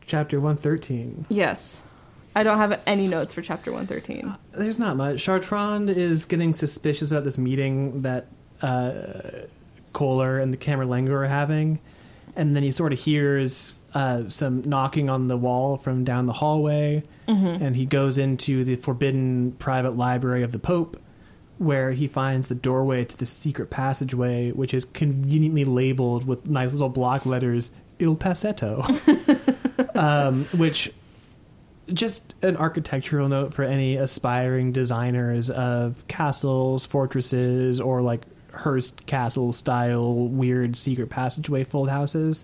Speaker 1: Chapter 113.
Speaker 2: Yes. I don't have any notes for chapter 113.
Speaker 1: There's not much. Chartrand is getting suspicious about this meeting that uh, Kohler and the camera Langer are having, and then he sort of hears uh, some knocking on the wall from down the hallway, and he goes into the forbidden private library of the Pope, where he finds the doorway to the secret passageway, which is conveniently labeled with nice little block letters "Il Passetto," um, which just an architectural note for any aspiring designers of castles, fortresses, or like Hearst Castle style weird secret passageway fold houses.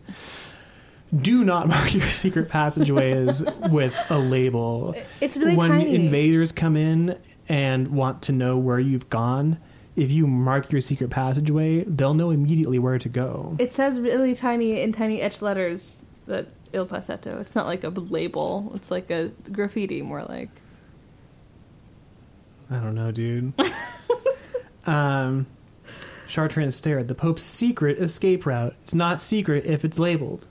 Speaker 1: Do not mark your secret passageways with a label.
Speaker 2: It's really
Speaker 1: when
Speaker 2: tiny.
Speaker 1: invaders come in and want to know where you've gone, if you mark your secret passageway, they'll know immediately where to go.
Speaker 2: it says really tiny in tiny etched letters that Il Passetto. It's not like a label. It's like a graffiti more like.
Speaker 1: I don't know, dude. um, Chartrand stared. The Pope's secret escape route. It's not secret if it's labeled.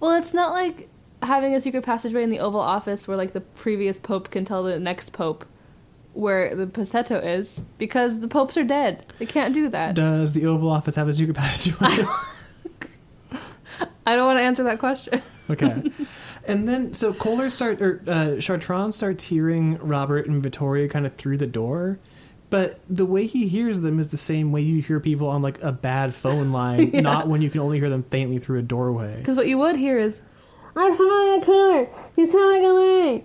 Speaker 2: Well, it's not like having a secret passageway in the Oval Office where like the previous pope can tell the next pope where the Passetto is because the popes are dead. They can't do that.
Speaker 1: Does the Oval Office have a secret passageway?
Speaker 2: I don't want to answer that question.
Speaker 1: okay. And then, so Kohler start or uh, Chartrand starts hearing Robert and Vittoria kind of through the door, but the way he hears them is the same way you hear people on like a bad phone line,
Speaker 2: Yeah.
Speaker 1: not when you can only hear them faintly through a doorway.
Speaker 2: Because what you would hear is,
Speaker 3: I'm Samaya Keller. He's telling a lie.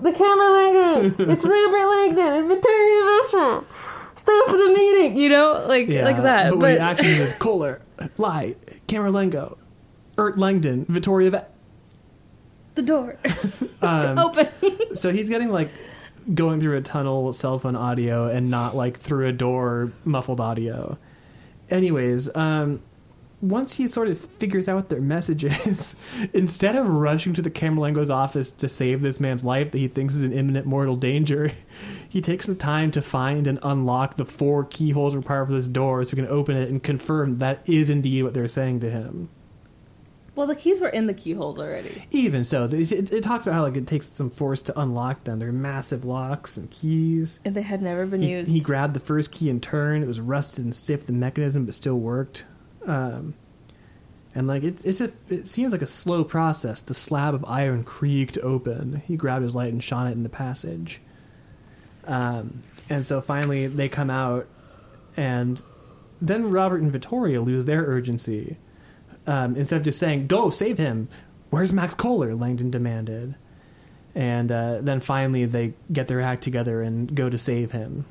Speaker 3: The camera lagging. It's Robert Langdon and Victoria Vachon. Stop the meeting.
Speaker 2: you know, like like that.
Speaker 1: But,
Speaker 2: But,
Speaker 1: when it actually is Kohler, Lie, Cameron Lango, Ert Langdon, Vittoria. Va-
Speaker 2: the door
Speaker 1: um,
Speaker 2: open.
Speaker 1: So he's getting like going through a tunnel cell phone audio and not like through a door muffled audio. Anyways, um once he sort of figures out what their message is, instead of rushing to the Camerlengo's office to save this man's life that he thinks is in imminent mortal danger, he takes the time to find and unlock the four keyholes required for this door so he can open it and confirm that is indeed what they're saying to him.
Speaker 2: well, the keys were in the keyholes already.
Speaker 1: Even so, it, it it talks about how like it takes some force to unlock them. They're massive locks and keys.
Speaker 2: And they had never been
Speaker 1: He,
Speaker 2: used.
Speaker 1: he grabbed the first key in turn. It was rusted and stiff, the mechanism, but still worked. Um, and like it's it's a it seems like a slow process. The slab of iron creaked open. He grabbed his light and shone it in the passage. Um, and so finally they come out, and then Robert and Vittoria lose their urgency. Um, instead of just saying "Go save him," where's Max Kohler? Langdon demanded. And uh, then finally they get their act together and go to save him.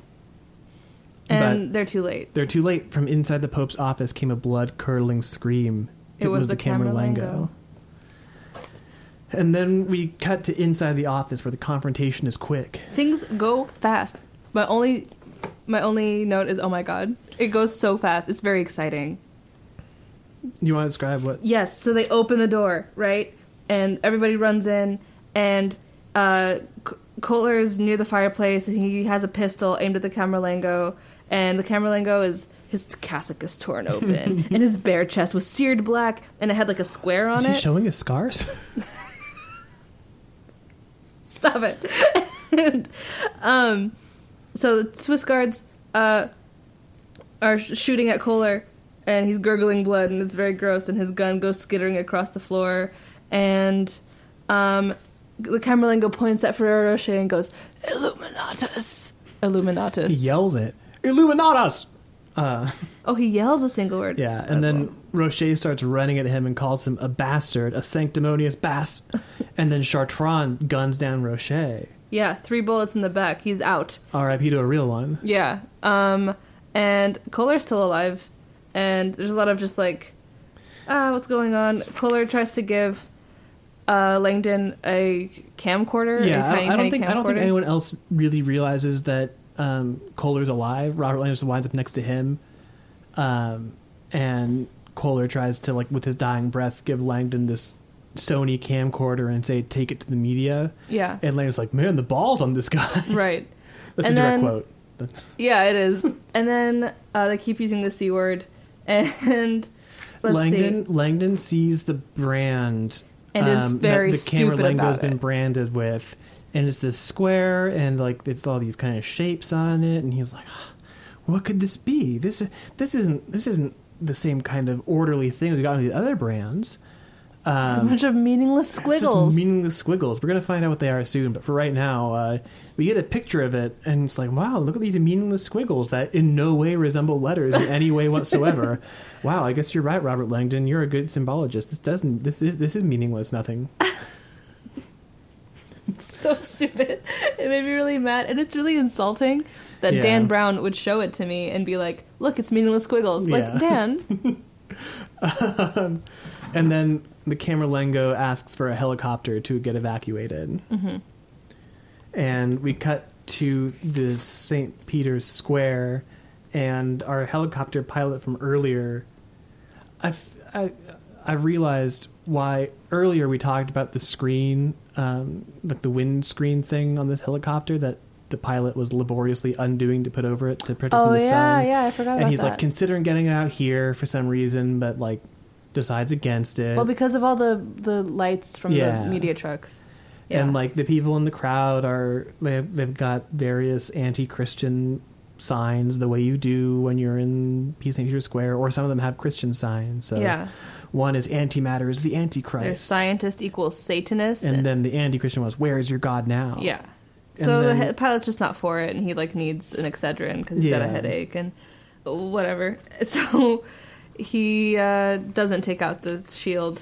Speaker 2: and they're too late.
Speaker 1: They're too late. From inside the Pope's office came a blood curdling scream.
Speaker 2: It was the Camerlengo.
Speaker 1: And then we cut to inside the office where the confrontation is quick.
Speaker 2: Things go fast. My only my only note is, oh my god, it goes so fast. It's very exciting.
Speaker 1: You want to describe what?
Speaker 2: Yes, so they open the door, right? And everybody runs in, and uh, K- Kohler is near the fireplace, and he has a pistol aimed at the Camerlengo, and the Camerlengo is his cassock is torn open, and his bare chest was seared black, and it had like a square on
Speaker 1: Is he
Speaker 2: it.
Speaker 1: showing his scars?
Speaker 2: Stop it! and um, so the Swiss guards uh, are sh- shooting at Kohler, and he's gurgling blood, and it's very gross. And his gun goes skittering across the floor, and um, the Camerlingo points at Ferrero Rocher and goes, "Illuminatus." Illuminatus.
Speaker 1: he yells it. Illuminatus! Uh,
Speaker 2: Oh, he yells a single word.
Speaker 1: yeah, and
Speaker 2: Okay.
Speaker 1: then Rocher starts running at him and calls him a bastard, a sanctimonious bass. and then Chartrand guns down Rocher.
Speaker 2: yeah, three bullets in the back. He's out.
Speaker 1: RIP to a real one.
Speaker 2: Yeah. Um, and Kohler's still alive, and there's a lot of just like, ah, what's going on? Kohler tries to give uh, Langdon a camcorder.
Speaker 1: yeah,
Speaker 2: a
Speaker 1: I don't- I
Speaker 2: tiny,
Speaker 1: don't
Speaker 2: tiny
Speaker 1: think I don't think
Speaker 2: camcorder.
Speaker 1: anyone else really realizes that um, Kohler's alive. Robert Langdon winds up next to him, um, and Kohler tries to like with his dying breath give Langdon this Sony camcorder and say, "Take it to the media."
Speaker 2: Yeah.
Speaker 1: And Langdon's like, "Man, the balls on this guy."
Speaker 2: right.
Speaker 1: That's
Speaker 2: And
Speaker 1: a direct
Speaker 2: then-
Speaker 1: quote. That's-
Speaker 2: Yeah, it is. and then uh, they keep using the c word, and let's
Speaker 1: Langdon
Speaker 2: see.
Speaker 1: Langdon sees the brand um,
Speaker 2: And is very
Speaker 1: that the camera
Speaker 2: stupid
Speaker 1: Langdon has
Speaker 2: about
Speaker 1: been
Speaker 2: it.
Speaker 1: branded with, and it's this square and like it's all these kind of shapes on it, and he's like, "What could this be? This this isn't this isn't the same kind of orderly thing we got on the other brands."
Speaker 2: It's
Speaker 1: Um,
Speaker 2: a bunch of mealingless
Speaker 1: it's just
Speaker 2: squiggles.
Speaker 1: meaningless squiggles. We're gonna find out what they are soon, but for right now, uh, we get a picture of it, and it's like, wow, look at these meaningless squiggles that in no way resemble letters in any way whatsoever. wow, I guess you're right, Robert Langdon. You're a good symbologist. This doesn't. This is this is meaningless. Nothing.
Speaker 2: so stupid. It made me really mad, and it's really insulting that
Speaker 1: Yeah.
Speaker 2: Dan Brown would show it to me and be like, "Look, it's meaningless squiggles."
Speaker 1: Yeah.
Speaker 2: Like Dan,
Speaker 1: And then the Camerlengo asks for a helicopter to get evacuated. Mm-hmm. And we cut to the St. Peter's Square, and our helicopter pilot from earlier. I've, I, I realized why earlier we talked about the screen, um, like the windscreen thing on this helicopter that the pilot was laboriously undoing to put over it to protect it
Speaker 2: Oh,
Speaker 1: from the
Speaker 2: yeah,
Speaker 1: sun.
Speaker 2: yeah, I forgot
Speaker 1: And
Speaker 2: about
Speaker 1: he's like
Speaker 2: that.
Speaker 1: considering getting it out here for some reason, but like decides against it.
Speaker 2: well, because of all the the lights from
Speaker 1: Yeah.
Speaker 2: the media trucks,
Speaker 1: and like the people in the crowd are they've, they've got various anti-christian signs the way you do when you're in P. st peter's square or some of them have christian signs so
Speaker 2: Yeah.
Speaker 1: One is antimatter is the
Speaker 2: There's
Speaker 1: Antichrist.
Speaker 2: scientist equals Satanist.
Speaker 1: And then the anti-Christian was, where is your God now?
Speaker 2: yeah.
Speaker 1: And
Speaker 2: So the
Speaker 1: then-
Speaker 2: he- pilot's just not for it, and he like needs an Excedrin because he's got
Speaker 1: Yeah.
Speaker 2: a headache and whatever. So he uh, doesn't take out the shield,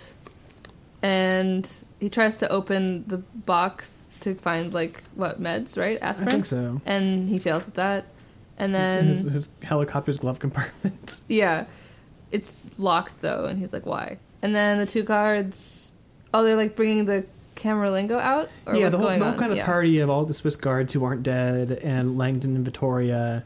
Speaker 2: and he tries to open the box to find like what meds, right?
Speaker 1: I
Speaker 2: Aspirin.
Speaker 1: think so.
Speaker 2: And he fails at that, and then
Speaker 1: his, his helicopter's glove compartment.
Speaker 2: Yeah. It's locked though, and he's like, "Why?" And then the two guards, oh, they're like bringing the Camerlingo out, or
Speaker 1: yeah,
Speaker 2: what's
Speaker 1: the whole,
Speaker 2: going
Speaker 1: the whole
Speaker 2: on?
Speaker 1: kind of
Speaker 2: yeah.
Speaker 1: party of all the Swiss guards who aren't dead and Langdon and Vittoria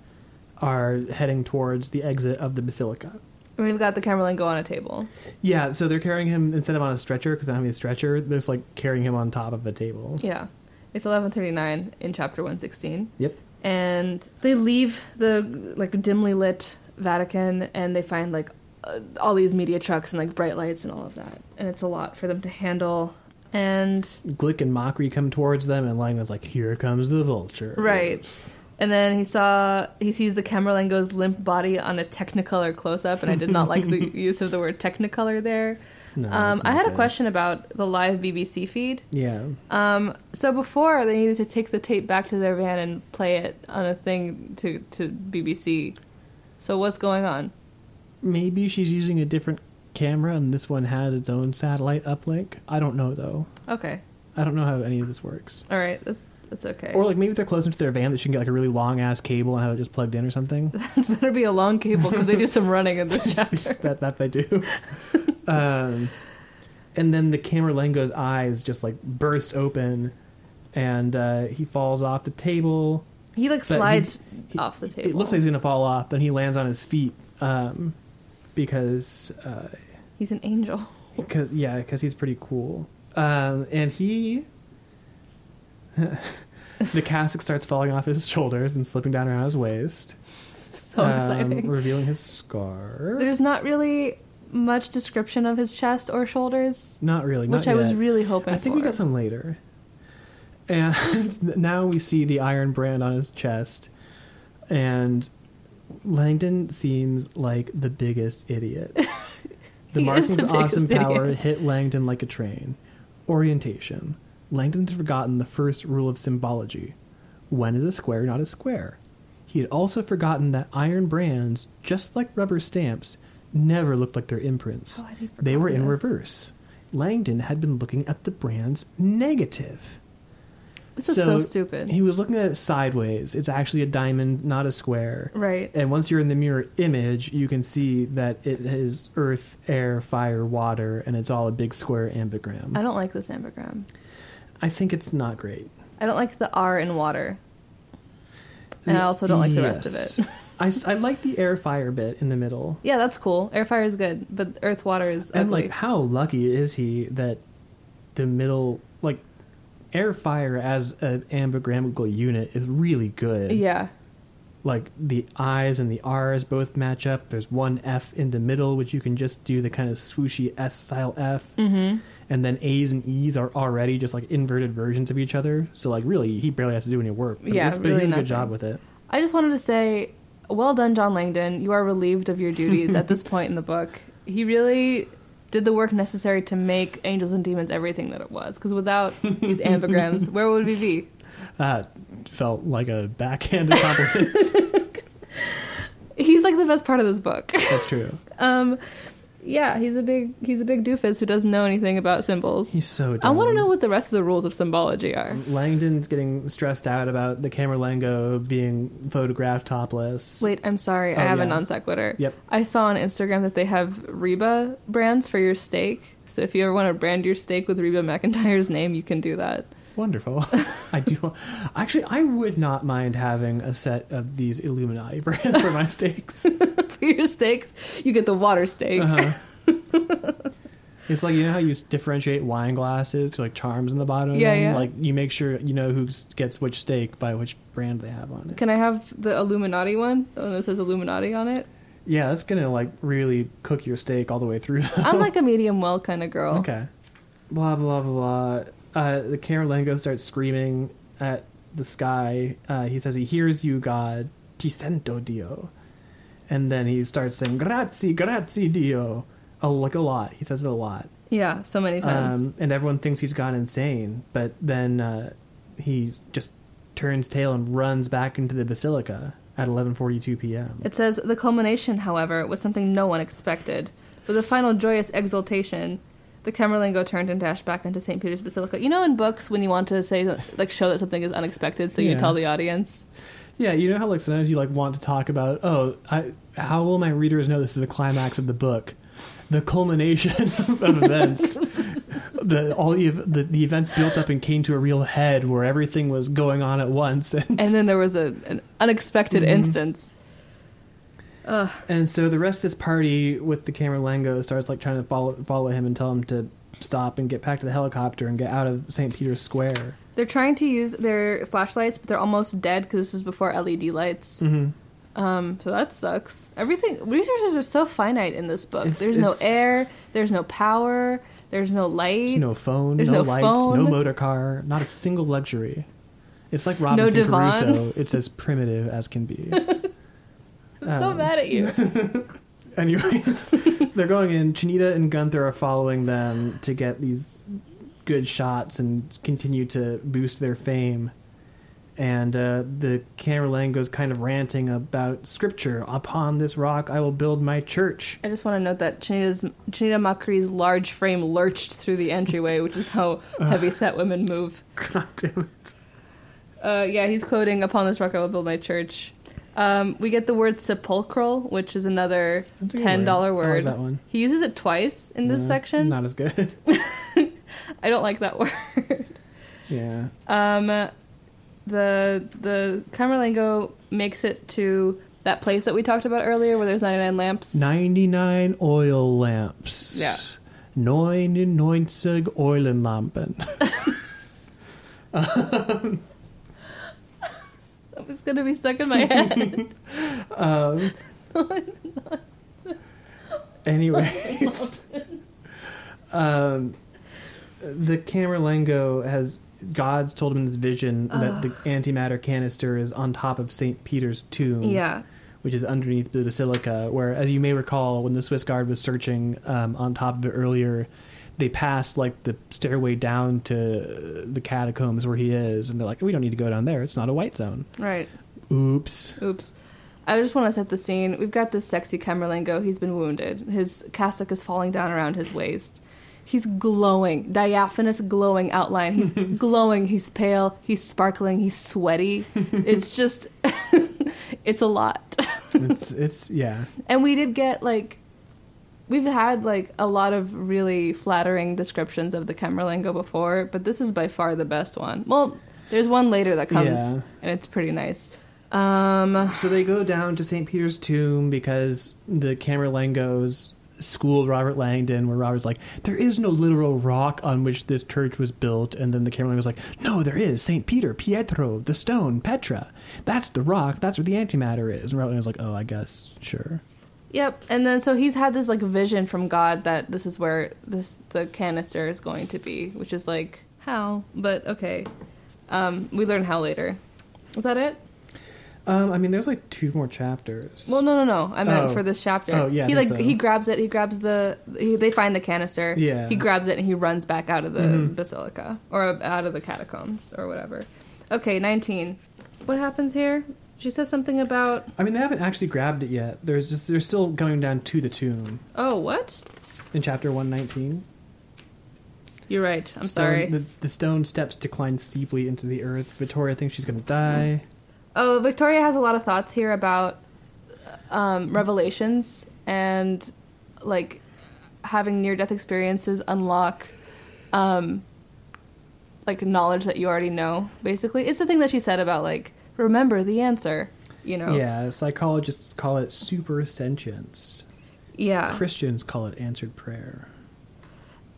Speaker 1: are heading towards the exit of the basilica.
Speaker 2: And we've got the Camerlingo on a table.
Speaker 1: Yeah, so they're carrying him instead of on a stretcher because they don't have a stretcher. They're just like carrying him on top of a table.
Speaker 2: Yeah, it's eleven thirty nine in chapter one sixteen,
Speaker 1: Yep.
Speaker 2: and they leave the like dimly lit Vatican, and they find like uh, all these media trucks and like bright lights and all of that, and it's a lot for them to handle. And
Speaker 1: Glick and Mockery come towards them, and Langdon's like, "Here comes the vulture."
Speaker 2: Right. And then he saw he sees the Camerlengo's limp body on a Technicolor close up, and I did not like the use of the word Technicolor there.
Speaker 1: No,
Speaker 2: um,
Speaker 1: it's
Speaker 2: I
Speaker 1: not
Speaker 2: had a
Speaker 1: good.
Speaker 2: question about the live BBC feed.
Speaker 1: Yeah.
Speaker 2: Um, so before they needed to take the tape back to their van and play it on a thing to to BBC. So what's going on?
Speaker 1: Maybe she's using a different camera, and this one has its own satellite uplink. I don't know though.
Speaker 2: Okay,
Speaker 1: I don't know how any of this works.
Speaker 2: all right, that's that's okay.
Speaker 1: Or like maybe they're close enough to their van that she can get like a really long ass cable and have it just plugged in or something.
Speaker 2: this better be a long cable because they do some running in this chapter.
Speaker 1: that that they do. um, and then the Camerlengo's eyes just like burst open, and uh, he falls off the table.
Speaker 2: He like
Speaker 1: But he-
Speaker 2: slides
Speaker 1: he-
Speaker 2: off the table.
Speaker 1: It looks like he's gonna fall off, and he lands on his feet um, because uh,
Speaker 2: he's an angel.
Speaker 1: because yeah, because he's pretty cool. Um, and he, the cassock starts falling off his shoulders and slipping down around his waist,
Speaker 2: So
Speaker 1: um,
Speaker 2: exciting.
Speaker 1: revealing his scar.
Speaker 2: There's not really much description of his chest or shoulders,
Speaker 1: Not really,
Speaker 2: which
Speaker 1: not
Speaker 2: I was
Speaker 1: yet.
Speaker 2: really hoping
Speaker 1: I think
Speaker 2: for.
Speaker 1: we got some later. And now we see the iron brand on his chest, and Langdon seems like the biggest idiot. The
Speaker 2: He is
Speaker 1: marking's
Speaker 2: the biggest
Speaker 1: awesome power
Speaker 2: idiot.
Speaker 1: hit Langdon like a train. Orientation. Langdon had forgotten the first rule of symbology. When is a square not a square? He had also forgotten that iron brands, just like rubber stamps, never looked like their imprints.
Speaker 2: Oh, I'd have
Speaker 1: they were in
Speaker 2: forgotten this.
Speaker 1: reverse. Langdon had been looking at the brands negative.
Speaker 2: This is so stupid.
Speaker 1: He was looking at it sideways. It's actually a diamond, not a square.
Speaker 2: right.
Speaker 1: And once you're in the mirror image, you can see that it is earth, air, fire, water, and it's all a big square ambigram.
Speaker 2: I
Speaker 1: I,
Speaker 2: don't like this ambigram.
Speaker 1: think it's not great.
Speaker 2: I don't like the R in water. And I also don't like the rest of it.
Speaker 1: I, s- I like the air, fire bit in the middle.
Speaker 2: Yeah, that's cool. Air fire is good, but earth water is
Speaker 1: And
Speaker 2: ugly.
Speaker 1: like, how lucky is he that the middle, like, air, fire as an ambigrammatical unit is really good.
Speaker 2: yeah.
Speaker 1: like the I's and the R's both match up. There's one F in the middle, which you can just do the kind of swooshy S style F. Mm-hmm. And then A's and E's are already just like inverted versions of each other. So like really, he barely has to do any work. But it
Speaker 2: Yeah,
Speaker 1: looks- but he
Speaker 2: really
Speaker 1: does a
Speaker 2: nothing.
Speaker 1: good job with it.
Speaker 2: I just wanted to say, well done, John Langdon. You are relieved of your duties at this point in the book. He really did the work necessary to make Angels and Demons everything that it was. Because without these ambigrams, where would we be?
Speaker 1: That felt like a backhanded compliment.
Speaker 2: He's like the best part of this book.
Speaker 1: That's true.
Speaker 2: um, yeah, he's a big he's a big doofus who doesn't know anything about symbols.
Speaker 1: He's so.
Speaker 2: I
Speaker 1: Dumb.
Speaker 2: want to know what the rest of the rules of symbology are.
Speaker 1: Langdon's getting stressed out about the Camerlengo being photographed topless.
Speaker 2: Wait, I'm sorry. I
Speaker 1: Oh,
Speaker 2: have a
Speaker 1: yeah.
Speaker 2: non sequitur.
Speaker 1: Yep.
Speaker 2: I saw on Instagram that they have Reba brands for your steak. So if you ever want to brand your steak with Reba McIntyre's name, you can do that.
Speaker 1: Wonderful. I do. Actually, I would not mind having a set of these Illuminati brands for my steaks.
Speaker 2: for your steak, you get the water steak.
Speaker 1: Uh-huh. It's like you know how you s- differentiate wine glasses to like charms in the bottom. of
Speaker 2: Yeah,
Speaker 1: them?
Speaker 2: yeah.
Speaker 1: Like you make sure you know who s- gets which steak by which brand they have on it.
Speaker 2: Can I have the Illuminati one? The one that says Illuminati on it?
Speaker 1: Yeah, that's gonna like really cook your steak all the way through.
Speaker 2: I'm like a medium well kind of girl.
Speaker 1: okay. Oh. Blah blah blah. blah. Uh, the Camerlengo starts screaming at the sky. Uh, he says he hears you, God. Ti sento Dio. And then he starts saying Grazie, Grazie Dio. a, like a lot. He says it a lot,
Speaker 2: Yeah, so many times.
Speaker 1: um, and everyone thinks he's gone insane. But then uh, he just turns tail and runs back into the basilica at 11:42 p.m.
Speaker 2: It says the culmination, however, was something no one expected. With a final joyous exultation, the Camerlingo turned and dashed back into St. Peter's Basilica. You know, in books, when you want to say like show that something is unexpected, so you
Speaker 1: Yeah.
Speaker 2: tell the audience.
Speaker 1: Yeah, you know how like sometimes you like want to talk about oh, I, how will my readers know this is the climax of the book, the culmination of events, the all the, the the events built up and came to a real head where everything was going on at once, and
Speaker 2: And then there was a, an unexpected
Speaker 1: Mm-hmm.
Speaker 2: instance.
Speaker 1: and so the rest of this party with the Camerlengo starts like trying to follow follow him and tell him to stop and get back to the helicopter and get out of St. Peter's Square.
Speaker 2: They're trying to use their flashlights, but they're almost dead because this was before LED lights.
Speaker 1: Mm-hmm.
Speaker 2: Um, so that sucks. Everything resources are so finite in this book.
Speaker 1: It's-
Speaker 2: there's no
Speaker 1: it's-
Speaker 2: air. There's no power. There's no light.
Speaker 1: There's no phone,
Speaker 2: There's
Speaker 1: no,
Speaker 2: no
Speaker 1: lights, no
Speaker 2: phone.
Speaker 1: motor car, not a single luxury. It's like Robinson
Speaker 2: divan.
Speaker 1: Crusoe. It's as primitive as can be.
Speaker 2: I'm so
Speaker 1: um,
Speaker 2: mad at you.
Speaker 1: Anyways, they're going in. Chinita and Gunther are following them to get these good shots and continue to boost their fame. And uh, the cameraman goes kind of ranting about scripture. Upon this rock, I will build my church.
Speaker 2: I just want to note that Chinita's, Chinita Makari's large frame lurched through the entryway, which is how heavy set women move.
Speaker 1: God damn it!
Speaker 2: Uh, yeah, he's quoting, Upon this rock I will build my church. Um, we get the word sepulchral, which is another
Speaker 1: That's a good
Speaker 2: $10 word.
Speaker 1: word. I like that one.
Speaker 2: He uses it twice in this
Speaker 1: Uh,
Speaker 2: section.
Speaker 1: not as good.
Speaker 2: I don't like that word.
Speaker 1: yeah,
Speaker 2: Um, the the Camerlingo makes it to that place that we talked about earlier where there's 99 lamps.
Speaker 1: ninety-nine oil lamps.
Speaker 2: Yeah.
Speaker 1: 99 Eulenlampen.
Speaker 2: It's going to be stuck in my head.
Speaker 1: Anyways, um, the Camerlengo has God's told him in this vision that the antimatter canister is on top of Saint Peter's tomb,
Speaker 2: yeah.
Speaker 1: which is underneath the basilica. Where, as you may recall, when the Swiss Guard was searching um, on top of it earlier, they passed like the stairway down to the catacombs where he is, and they're like, "We don't need to go down there. It's not a white zone."
Speaker 2: Right.
Speaker 1: Oops.
Speaker 2: Oops. I just want to set the scene. We've got this sexy Camerlingo. He's been wounded. His cassock is falling down around his waist. He's glowing, diaphanous, glowing outline. He's glowing. He's pale. He's sparkling. He's sweaty. It's just, it's a lot.
Speaker 1: It's it's yeah.
Speaker 2: and we did get like, we've had like a lot of really flattering descriptions of the Camerlingo before, but this is by far the best one. Well, there's one later that comes,
Speaker 1: Yeah.
Speaker 2: and it's pretty nice. Um,
Speaker 1: So they go down to St. Peter's tomb because the Camerlangos schooled Robert Langdon, where Robert's like, there is no literal rock on which this church was built. And then the Camerlango's like, no, there is. St. Peter, Pietro, the stone, Petra. That's the rock. That's where the antimatter is. And Robert Langdon's like, oh, I guess, sure.
Speaker 2: Yep, and then so he's had this like vision from God that this is where this the canister is going to be, which is like how, but okay. Um, we learn how later. Is that it?
Speaker 1: Um, I mean, there's like two more chapters.
Speaker 2: Well, no, no, no. I meant
Speaker 1: Oh.
Speaker 2: for this chapter.
Speaker 1: Oh, yeah, I
Speaker 2: He like
Speaker 1: think so.
Speaker 2: he grabs it. He grabs the. He, they find the canister.
Speaker 1: Yeah. Mm-hmm.
Speaker 2: He grabs it and he runs back out of the basilica or out of the catacombs or whatever. Okay, nineteen. What happens here? She says something about
Speaker 1: I mean, they haven't actually grabbed it yet. There's just they're still going down to the tomb
Speaker 2: oh what?
Speaker 1: in chapter 119.
Speaker 2: You're right. I'm
Speaker 1: Stone-
Speaker 2: sorry.
Speaker 1: The, the stone steps decline steeply into the earth. Vittoria thinks she's going to die.
Speaker 2: Oh, Victoria has a lot of thoughts here about um, revelations and like having near death experiences unlock um, like knowledge that you already know. Basically, it's the thing that she said about like remember the answer. You know.
Speaker 1: Yeah, psychologists call it supersentience.
Speaker 2: Yeah.
Speaker 1: Christians call it answered prayer.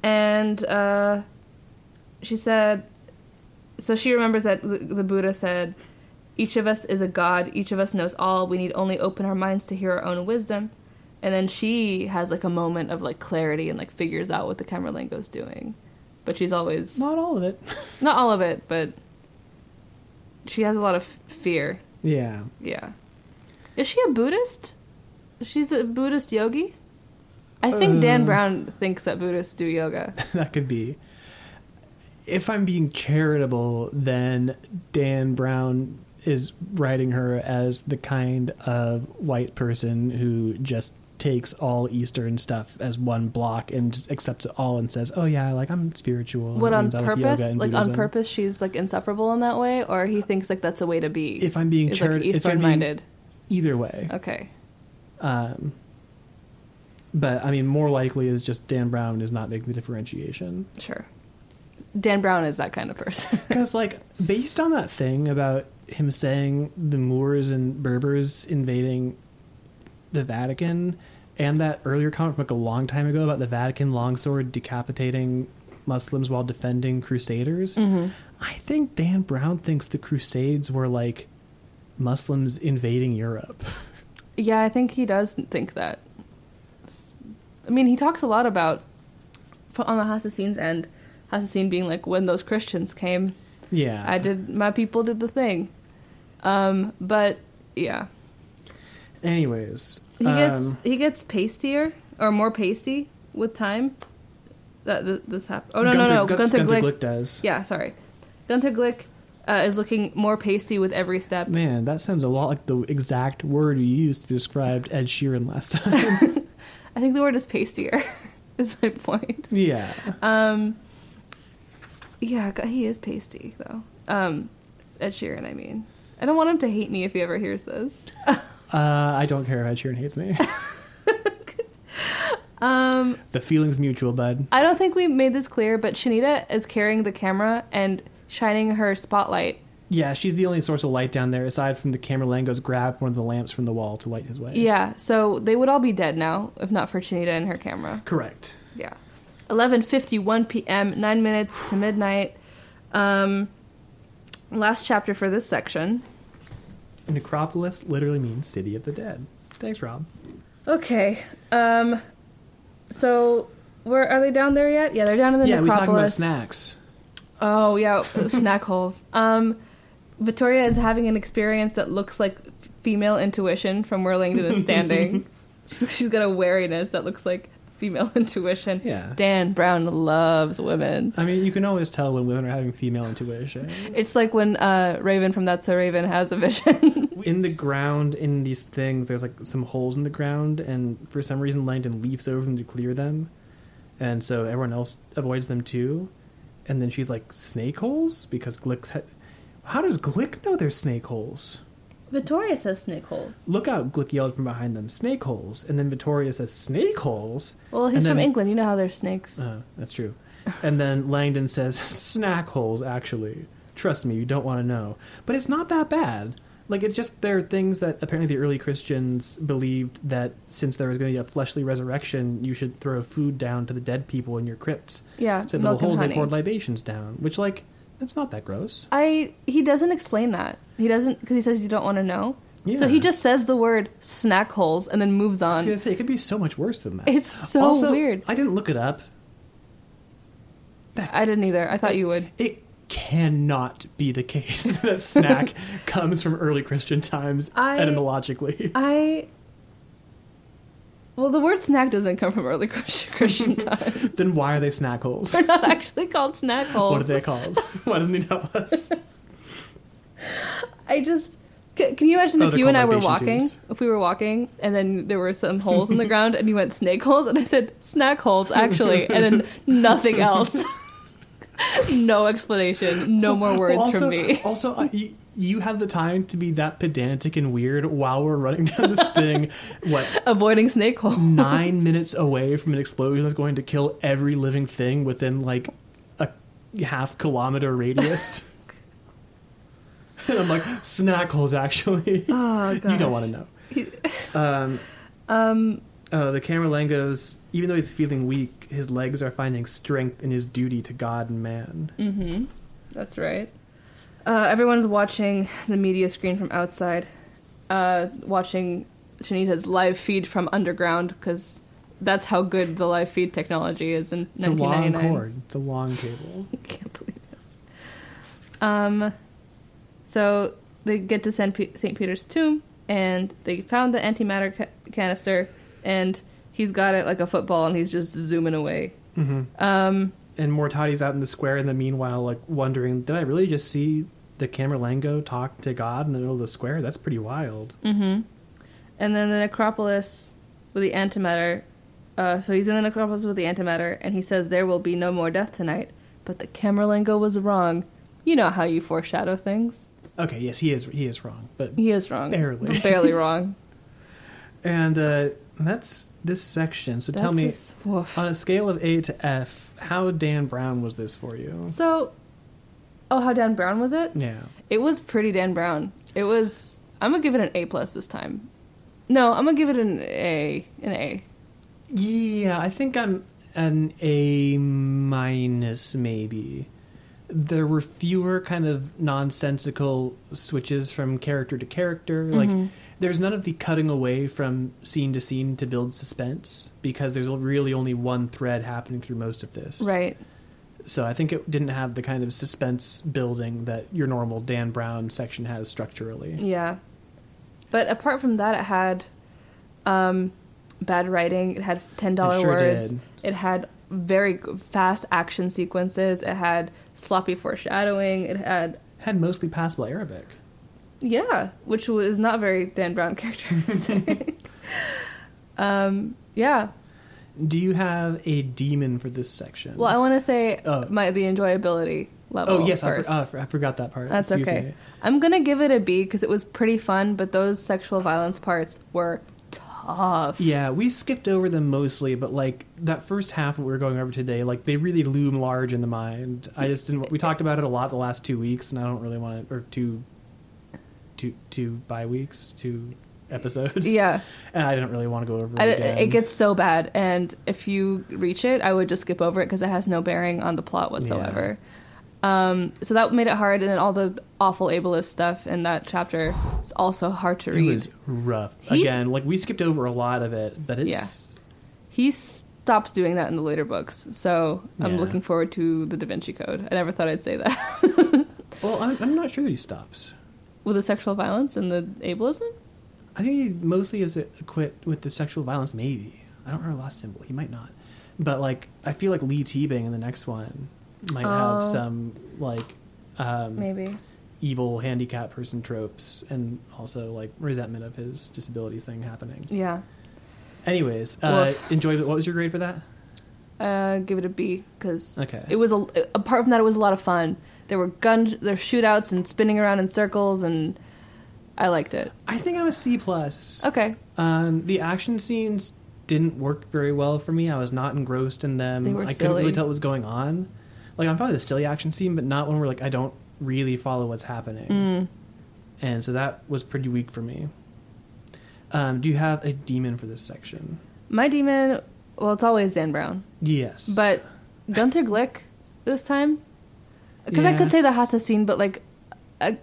Speaker 2: and uh, she said, so she remembers that the the Buddha said, each of us is a god, each of us knows all, we need only open our minds to hear our own wisdom. And then she has like a moment of like clarity and like figures out what the Camerlingo's doing. But she's always,
Speaker 1: Not all of it.
Speaker 2: not all of it, but she has a lot of f- fear.
Speaker 1: Yeah.
Speaker 2: Yeah. Is she a Buddhist? She's a Buddhist yogi? I think Dan Brown thinks that Buddhists do yoga.
Speaker 1: that could be. If I'm being charitable, then Dan Brown is writing her as the kind of white person who just takes all Eastern stuff as one block and just accepts it all and says, "Oh yeah, like I'm spiritual."
Speaker 2: What
Speaker 1: and
Speaker 2: on
Speaker 1: I like
Speaker 2: purpose?
Speaker 1: yoga and
Speaker 2: Like on
Speaker 1: Buddhism."
Speaker 2: purpose, she's like insufferable in that way, or he thinks like that's a way to be.
Speaker 1: If I'm being
Speaker 2: Is, like,
Speaker 1: chari- if I'm being-
Speaker 2: Eastern-minded.
Speaker 1: Either way,
Speaker 2: Okay.
Speaker 1: um, but I mean, more likely is just Dan Brown is not making the differentiation.
Speaker 2: Sure. Dan Brown is that kind of person.
Speaker 1: Because, like, based on that thing about him saying the Moors and Berbers invading the Vatican, and that earlier comment from like a long time ago about the Vatican longsword decapitating Muslims while defending Crusaders,
Speaker 2: Mm-hmm.
Speaker 1: I think Dan Brown thinks the Crusades were like Muslims invading Europe.
Speaker 2: yeah, I think he does think that. I mean, he talks a lot about on the Hassassine's end, Hassassin being like when those Christians came,
Speaker 1: yeah,
Speaker 2: I did my people did the thing. Um, but yeah,
Speaker 1: Anyways,
Speaker 2: He gets
Speaker 1: um,
Speaker 2: he gets pastier or more pasty with time. That th- this happened. Oh no
Speaker 1: Gunther,
Speaker 2: no no!
Speaker 1: Guts-
Speaker 2: Gunther, Glick.
Speaker 1: does.
Speaker 2: Yeah, sorry. Gunther Glick uh, is looking more pasty with every step.
Speaker 1: Man, that sounds a lot like the exact word you used to describe Ed Sheeran last time.
Speaker 2: I think the word is pastier. is my point.
Speaker 1: yeah.
Speaker 2: Um, yeah, g- he is pasty though. Um, Ed Sheeran, I mean. I don't want him to hate me if he ever hears this.
Speaker 1: Uh, I don't care if Ed Sheeran hates me.
Speaker 2: Um,
Speaker 1: the feeling's mutual, bud.
Speaker 2: I don't think we made this clear, but Shanita is carrying the camera and shining her spotlight
Speaker 1: Yeah, she's the only source of light down there, aside from the camera Langos grab one of the lamps from the wall to light his way.
Speaker 2: Yeah, so they would all be dead now if not for Chinita and her camera.
Speaker 1: Correct.
Speaker 2: Yeah. 11:51 p.m., 9 minutes to midnight. Um last chapter for this section.
Speaker 1: Necropolis literally means city of the dead. Thanks, Rob.
Speaker 2: Okay. Um so where are they down there yet? Yeah, they're down in the
Speaker 1: yeah, we talking about
Speaker 2: necropolis.
Speaker 1: snacks.
Speaker 2: Oh, yeah, snack holes. Um Victoria is having an experience that looks like f- female intuition from where Langdon is standing. she's, she's got a wariness that looks like female intuition.
Speaker 1: Yeah.
Speaker 2: Dan Brown loves women.
Speaker 1: I mean, you can always tell when women are having female intuition.
Speaker 2: It's like when uh, Raven from That's So Raven has a vision.
Speaker 1: in the ground in these things there's like some holes in the ground and for some reason langdon leaps over them to clear them and so everyone else avoids them too and then she's like snake holes because glick's ha- how does glick know there's snake holes
Speaker 2: Victoria says snake holes.
Speaker 1: look out glick yelled from behind them snake holes and then victoria says snake holes
Speaker 2: Well, he's
Speaker 1: And
Speaker 2: from
Speaker 1: then-
Speaker 2: England. You know how there's snakes.
Speaker 1: uh, that's true and then langdon says snack holes actually trust me you don't want to know but it's not that bad like it's just there are things that apparently the early christians believed that since there was going to be a fleshly resurrection you should throw food down to the dead people in your crypts
Speaker 2: yeah,
Speaker 1: so the little
Speaker 2: milk and
Speaker 1: holes they
Speaker 2: honey.
Speaker 1: poured libations down which like that's not that gross
Speaker 2: I he doesn't explain that. He doesn't because he says you don't want to know.
Speaker 1: yeah.
Speaker 2: So he just says the word snack holes and then moves
Speaker 1: I was
Speaker 2: on.
Speaker 1: gonna say it could be so much worse than that.
Speaker 2: It's so
Speaker 1: Also,
Speaker 2: weird.
Speaker 1: I didn't look it up.
Speaker 2: I didn't either. I thought you would.
Speaker 1: It cannot be the case that snack comes from early Christian times
Speaker 2: I-
Speaker 1: etymologically.
Speaker 2: I. Well, the word snack doesn't come from early Christian, Christian times.
Speaker 1: then why are they snack holes?
Speaker 2: They're not actually called snack holes.
Speaker 1: What are they called? why doesn't he tell us?
Speaker 2: I just c- can you imagine
Speaker 1: Oh,
Speaker 2: if
Speaker 1: they're
Speaker 2: you and I
Speaker 1: called
Speaker 2: were
Speaker 1: libation
Speaker 2: walking,
Speaker 1: tubes.
Speaker 2: if we were walking, and then there were some holes in the ground, and you went snake holes, and I said snack holes actually, and then nothing else, no explanation, no more words
Speaker 1: also,
Speaker 2: from me.
Speaker 1: also uh, you, you have the time to be that pedantic and weird while we're running down this thing, what,
Speaker 2: Avoiding snake hole.
Speaker 1: nine minutes away from an explosion that's going to kill every living thing within like a half kilometer radius? and I'm like, snack holes, actually.
Speaker 2: Oh god.
Speaker 1: You don't want to know. um, uh, the camera langos, even though he's feeling weak, his legs are finding strength in his duty to God and man.
Speaker 2: That's right. Uh, everyone's watching the media screen from outside, uh, watching Shanita's live feed from underground because that's how good the live feed technology is in
Speaker 1: It's a long
Speaker 2: 1999.
Speaker 1: cord. It's a long cable.
Speaker 2: can't believe it. Um, so they get to St. Pe- St. Peter's tomb, and they found the antimatter ca- canister, and he's got it like a football and he's just zooming away.
Speaker 1: and Mortati's out in the square in the meanwhile, like wondering, did I really just see the Camerlengo talk to God in the middle of the square? That's pretty wild.
Speaker 2: And then the necropolis with the antimatter. Uh, so he's in the necropolis with the antimatter, and he says there will be no more death tonight. But the Camerlengo was wrong. You know how you foreshadow things.
Speaker 1: Okay, yes, he is he is wrong, but
Speaker 2: He is wrong.
Speaker 1: Barely.
Speaker 2: barely wrong.
Speaker 1: and uh, that's this section. So tell
Speaker 2: That's
Speaker 1: me,
Speaker 2: just- woof.
Speaker 1: on a scale of A to F, how Dan Brown was this for you?
Speaker 2: So, oh, how Dan Brown was it?
Speaker 1: Yeah,
Speaker 2: It was pretty Dan Brown. It was. I'm gonna give it an A plus this time. No, I'm gonna give it an A. An A.
Speaker 1: yeah, I think I'm an A minus maybe. There were fewer kind of nonsensical switches from character to character.
Speaker 2: Mm-hmm.
Speaker 1: Like, there's none of the cutting away from scene to scene to build suspense because there's really only one thread happening through most of this.
Speaker 2: Right.
Speaker 1: So I think it didn't have the kind of suspense building that your normal Dan Brown section has structurally.
Speaker 2: Yeah. But apart from that, it had um, bad writing. It had ten dollar
Speaker 1: It sure
Speaker 2: words.
Speaker 1: did.
Speaker 2: It had very fast action sequences. It had sloppy foreshadowing. It had
Speaker 1: Had mostly passable Arabic.
Speaker 2: yeah, which was not very Dan Brown characteristic. um, yeah.
Speaker 1: Do you have a demon for this section?
Speaker 2: Well, I want to say
Speaker 1: Oh.
Speaker 2: my the enjoyability level.
Speaker 1: oh yes, I,
Speaker 2: first.
Speaker 1: for, uh, I forgot that part.
Speaker 2: That's
Speaker 1: Excuse
Speaker 2: okay.
Speaker 1: me.
Speaker 2: I'm gonna give it a B because it was pretty fun, but those sexual violence parts were tough.
Speaker 1: Yeah, we skipped over them mostly, but like that first half that we were going over today, like they really loom large in the mind. I just didn't. We talked about it a lot the last two weeks, and I don't really want to. Or two, two, two bi weeks, two episodes.
Speaker 2: Yeah.
Speaker 1: and I didn't really want to go over. It,
Speaker 2: I,
Speaker 1: again.
Speaker 2: it gets so bad, and if you reach it, I would just skip over it because it has no bearing on the plot whatsoever. Um, so that made it hard, and then all the awful ableist stuff in that chapter is also hard to
Speaker 1: It
Speaker 2: read.
Speaker 1: was rough.
Speaker 2: He-
Speaker 1: Again, like we skipped over a lot of it, but it's
Speaker 2: He stops doing that in the later books, so I'm
Speaker 1: Yeah.
Speaker 2: looking forward to the Da Vinci Code. I never thought I'd say that.
Speaker 1: well, I'm, I'm not sure that he stops.
Speaker 2: With the sexual violence and the ableism?
Speaker 1: I think he mostly is quit with the sexual violence. Maybe I don't remember last symbol. He might not, but like I feel like Lee Teabing in the next one might have
Speaker 2: Oh.
Speaker 1: some like um,
Speaker 2: Maybe.
Speaker 1: evil handicap person tropes and also like resentment of his disability thing happening.
Speaker 2: Yeah.
Speaker 1: Anyways, uh,
Speaker 2: Woof.
Speaker 1: enjoy. What was your grade for that?
Speaker 2: Uh, give it a B because
Speaker 1: Okay.
Speaker 2: it was a, apart from that it was a lot of fun. There were gun there were shootouts and spinning around in circles and I liked it.
Speaker 1: I think I'm a C plus.
Speaker 2: Okay,
Speaker 1: Um, the action scenes didn't work very well for me. I was not engrossed in them.
Speaker 2: They were
Speaker 1: I couldn't
Speaker 2: silly.
Speaker 1: really tell what was going on. Like I'm probably the silly action scene, but not one where like I don't really follow what's happening.
Speaker 2: Mm. Hmm.
Speaker 1: And so that was pretty weak for me. Um, do you have a demon for this section?
Speaker 2: my demon. Well, it's always Dan Brown,
Speaker 1: Yes.
Speaker 2: but Gunther Glick this time because I
Speaker 1: Yeah.
Speaker 2: could say the Hassa scene, but like, I,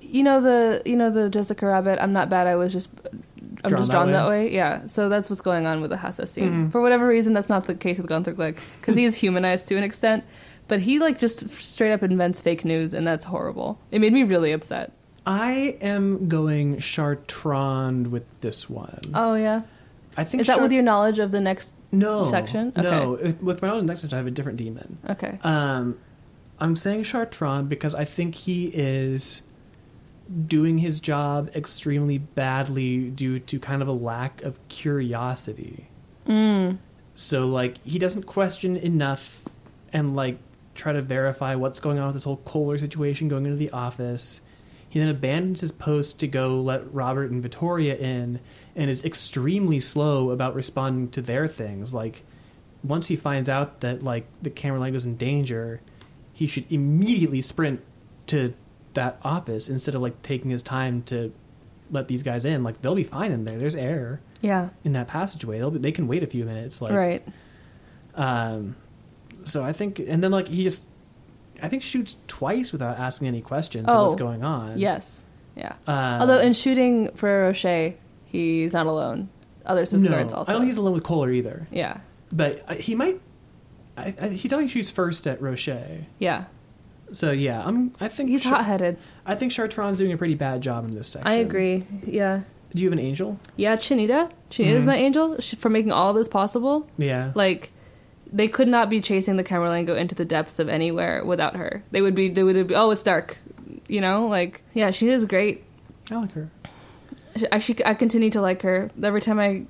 Speaker 2: you know the you know the Jessica Rabbit. I'm not bad. I was just. I'm
Speaker 1: Drawn
Speaker 2: just
Speaker 1: that
Speaker 2: drawn
Speaker 1: way? Mm-hmm.
Speaker 2: that way, yeah. So that's what's going on with the Hassa scene. For whatever reason, that's not the case with Gunther Glick because he is humanized to an extent, but he like just straight up invents fake news, and that's horrible. It made me really upset.
Speaker 1: I am going Chartrand with this one.
Speaker 2: Oh yeah,
Speaker 1: I think
Speaker 2: is that
Speaker 1: Chart-
Speaker 2: with your knowledge of the next?
Speaker 1: no
Speaker 2: section?
Speaker 1: No, With- with my own next section, I have a different demon.
Speaker 2: Okay,
Speaker 1: Um, I'm saying Chartron because I think he is doing his job extremely badly due to kind of a lack of curiosity. So like he doesn't question enough and like try to verify what's going on with this whole Kohler situation going into the office. He then abandons his post to go let Robert and Vittoria in and is extremely slow about responding to their things. Like once he finds out that like the Camerlengo is in danger, he should immediately sprint to that office instead of like taking his time to let these guys in. Like they'll be fine in there. There's air
Speaker 2: yeah,
Speaker 1: in that passageway. They'll be, they can wait a few minutes. Like
Speaker 2: right.
Speaker 1: um, so I think, and then like he just, I think shoots twice without asking any questions of what's
Speaker 2: Oh,
Speaker 1: going on.
Speaker 2: Yes. Yeah.
Speaker 1: Uh,
Speaker 2: Although in shooting Frere Rocher, he's not alone. Other Swiss
Speaker 1: no,
Speaker 2: guards also.
Speaker 1: I don't think he's alone with Kohler either.
Speaker 2: yeah.
Speaker 1: But I- he might. I, I, he definitely shoots first at Rocher.
Speaker 2: Yeah.
Speaker 1: So yeah, I'm. I think
Speaker 2: He's
Speaker 1: Char-
Speaker 2: hot headed.
Speaker 1: I think Chartron's doing a pretty bad job in this section.
Speaker 2: I agree. Yeah.
Speaker 1: Do you have an angel?
Speaker 2: Yeah, Chinita.
Speaker 1: Mm-hmm.
Speaker 2: Chinita's my angel sh- for making all this possible.
Speaker 1: Yeah.
Speaker 2: Like, they could not be chasing the Camerlengo into the depths of anywhere without her. They would be. They would be. Oh, it's dark. You know, like yeah, she is great.
Speaker 1: I like her.
Speaker 2: She- I she, I continue to like her. Every time I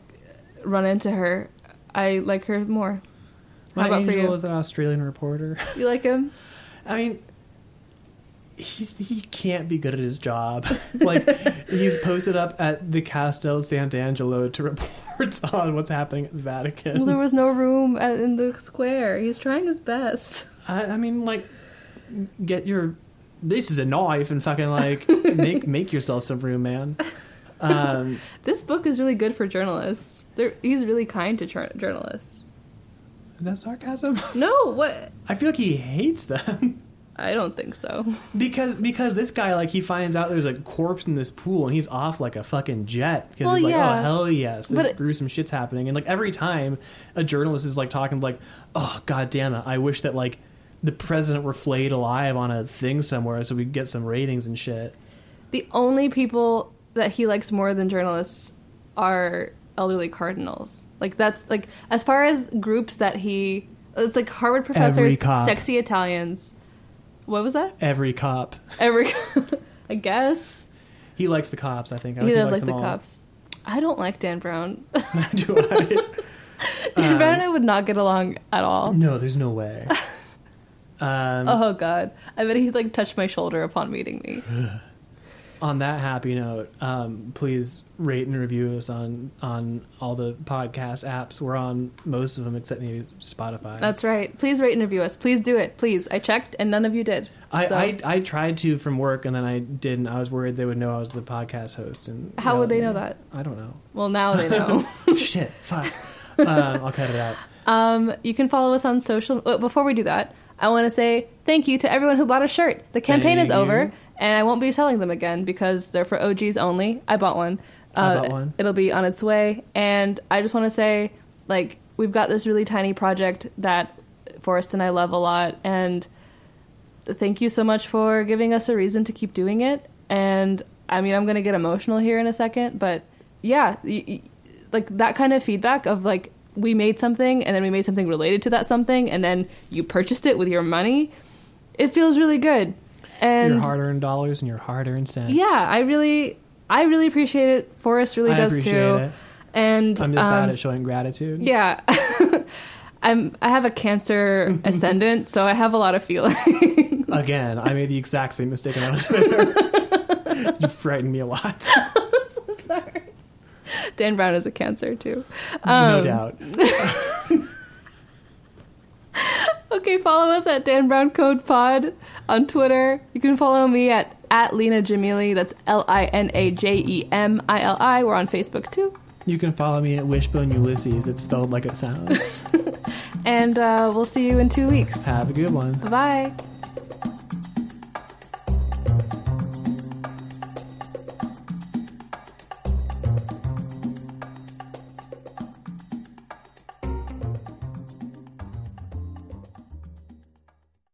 Speaker 2: run into her, I like her more. How
Speaker 1: My
Speaker 2: about for
Speaker 1: angel
Speaker 2: you?
Speaker 1: is an Australian reporter.
Speaker 2: You like him?
Speaker 1: I mean, he's he can't be good at his job. like he's posted up at the Castel Sant'Angelo to report on what's happening at the
Speaker 2: Well,
Speaker 1: Vatican.
Speaker 2: there was no room at, in the square. He's trying his best.
Speaker 1: I, I mean, like, get your this is a knife and fucking like make make yourself some room, man. Um,
Speaker 2: This book is really good for journalists. They're, he's really kind to jour- journalists.
Speaker 1: is that sarcasm?
Speaker 2: No, what?
Speaker 1: I feel like he hates them.
Speaker 2: I don't think so.
Speaker 1: Because because this guy like he finds out there's a corpse in this pool and he's off like a fucking jet because
Speaker 2: Well,
Speaker 1: he's like
Speaker 2: yeah.
Speaker 1: oh hell yes this
Speaker 2: But it-
Speaker 1: gruesome shit's happening and like every time a journalist is like talking like oh god damn it I wish that like the president were flayed alive on a thing somewhere so we could get some ratings and shit
Speaker 2: The only people that he likes more than journalists are elderly cardinals. Like that's like as far as groups that he it's like Harvard professors,
Speaker 1: cop.
Speaker 2: sexy Italians. What was that?
Speaker 1: every cop
Speaker 2: Every I guess
Speaker 1: he likes the cops I think I
Speaker 2: he
Speaker 1: think
Speaker 2: does like
Speaker 1: likes
Speaker 2: the
Speaker 1: them all.
Speaker 2: cops. I don't like Dan Brown.
Speaker 1: Do I? Um,
Speaker 2: Dan Brown and I would not get along at all.
Speaker 1: no there's no way um,
Speaker 2: Oh god. I bet he like touched my shoulder upon meeting me.
Speaker 1: on that happy note, um, please rate and review us on on all the podcast apps. We're on most of them except maybe Spotify.
Speaker 2: That's right. Please rate and review us. Please do it. Please. I checked and none of you did.
Speaker 1: I,
Speaker 2: So,
Speaker 1: I I tried to from work and then I didn't. I was worried they would know I was the podcast host. And
Speaker 2: How
Speaker 1: yell
Speaker 2: would
Speaker 1: at
Speaker 2: they
Speaker 1: me.
Speaker 2: know that?
Speaker 1: I don't know.
Speaker 2: Well, now they know.
Speaker 1: Shit, fuck. um, I'll cut it out.
Speaker 2: Um, you can follow us on social. uh, Before we do that, I want to say thank you to everyone who bought a shirt. The campaign
Speaker 1: Thank
Speaker 2: is over,
Speaker 1: you.
Speaker 2: and I won't be selling them again because they're for OGs only. I bought one. Uh,
Speaker 1: I bought one.
Speaker 2: It'll be on its way, and I just want to say, like, we've got this really tiny project that Forrest and I love a lot, and thank you so much for giving us a reason to keep doing it. And I mean, I'm going to get emotional here in a second, but yeah, y- y- like that kind of feedback of like we made something and then we made something related to that something and then you purchased it with your money. It feels really good. And
Speaker 1: your hard-earned dollars and your hard-earned cents.
Speaker 2: yeah, I really I really appreciate it. Forrest really
Speaker 1: I
Speaker 2: does
Speaker 1: appreciate
Speaker 2: too.
Speaker 1: it.
Speaker 2: And
Speaker 1: I'm just
Speaker 2: um,
Speaker 1: bad at showing gratitude.
Speaker 2: yeah. I'm I have a cancer ascendant, so I have a lot of feelings.
Speaker 1: Again, I made the exact same mistake on Twitter. you frightened me a lot,
Speaker 2: Sorry. Dan Brown is a cancer too.
Speaker 1: no
Speaker 2: Um,
Speaker 1: doubt.
Speaker 2: Okay, follow us at Dan Brown Code Pod on Twitter. You can follow me at, at Lena Jamili. That's L I N A J E M I L I. We're on Facebook too.
Speaker 1: You can follow me at Wishbone Ulysses. It's spelled like it sounds.
Speaker 2: And uh, we'll see you in two weeks.
Speaker 1: Have a good one.
Speaker 2: Bye.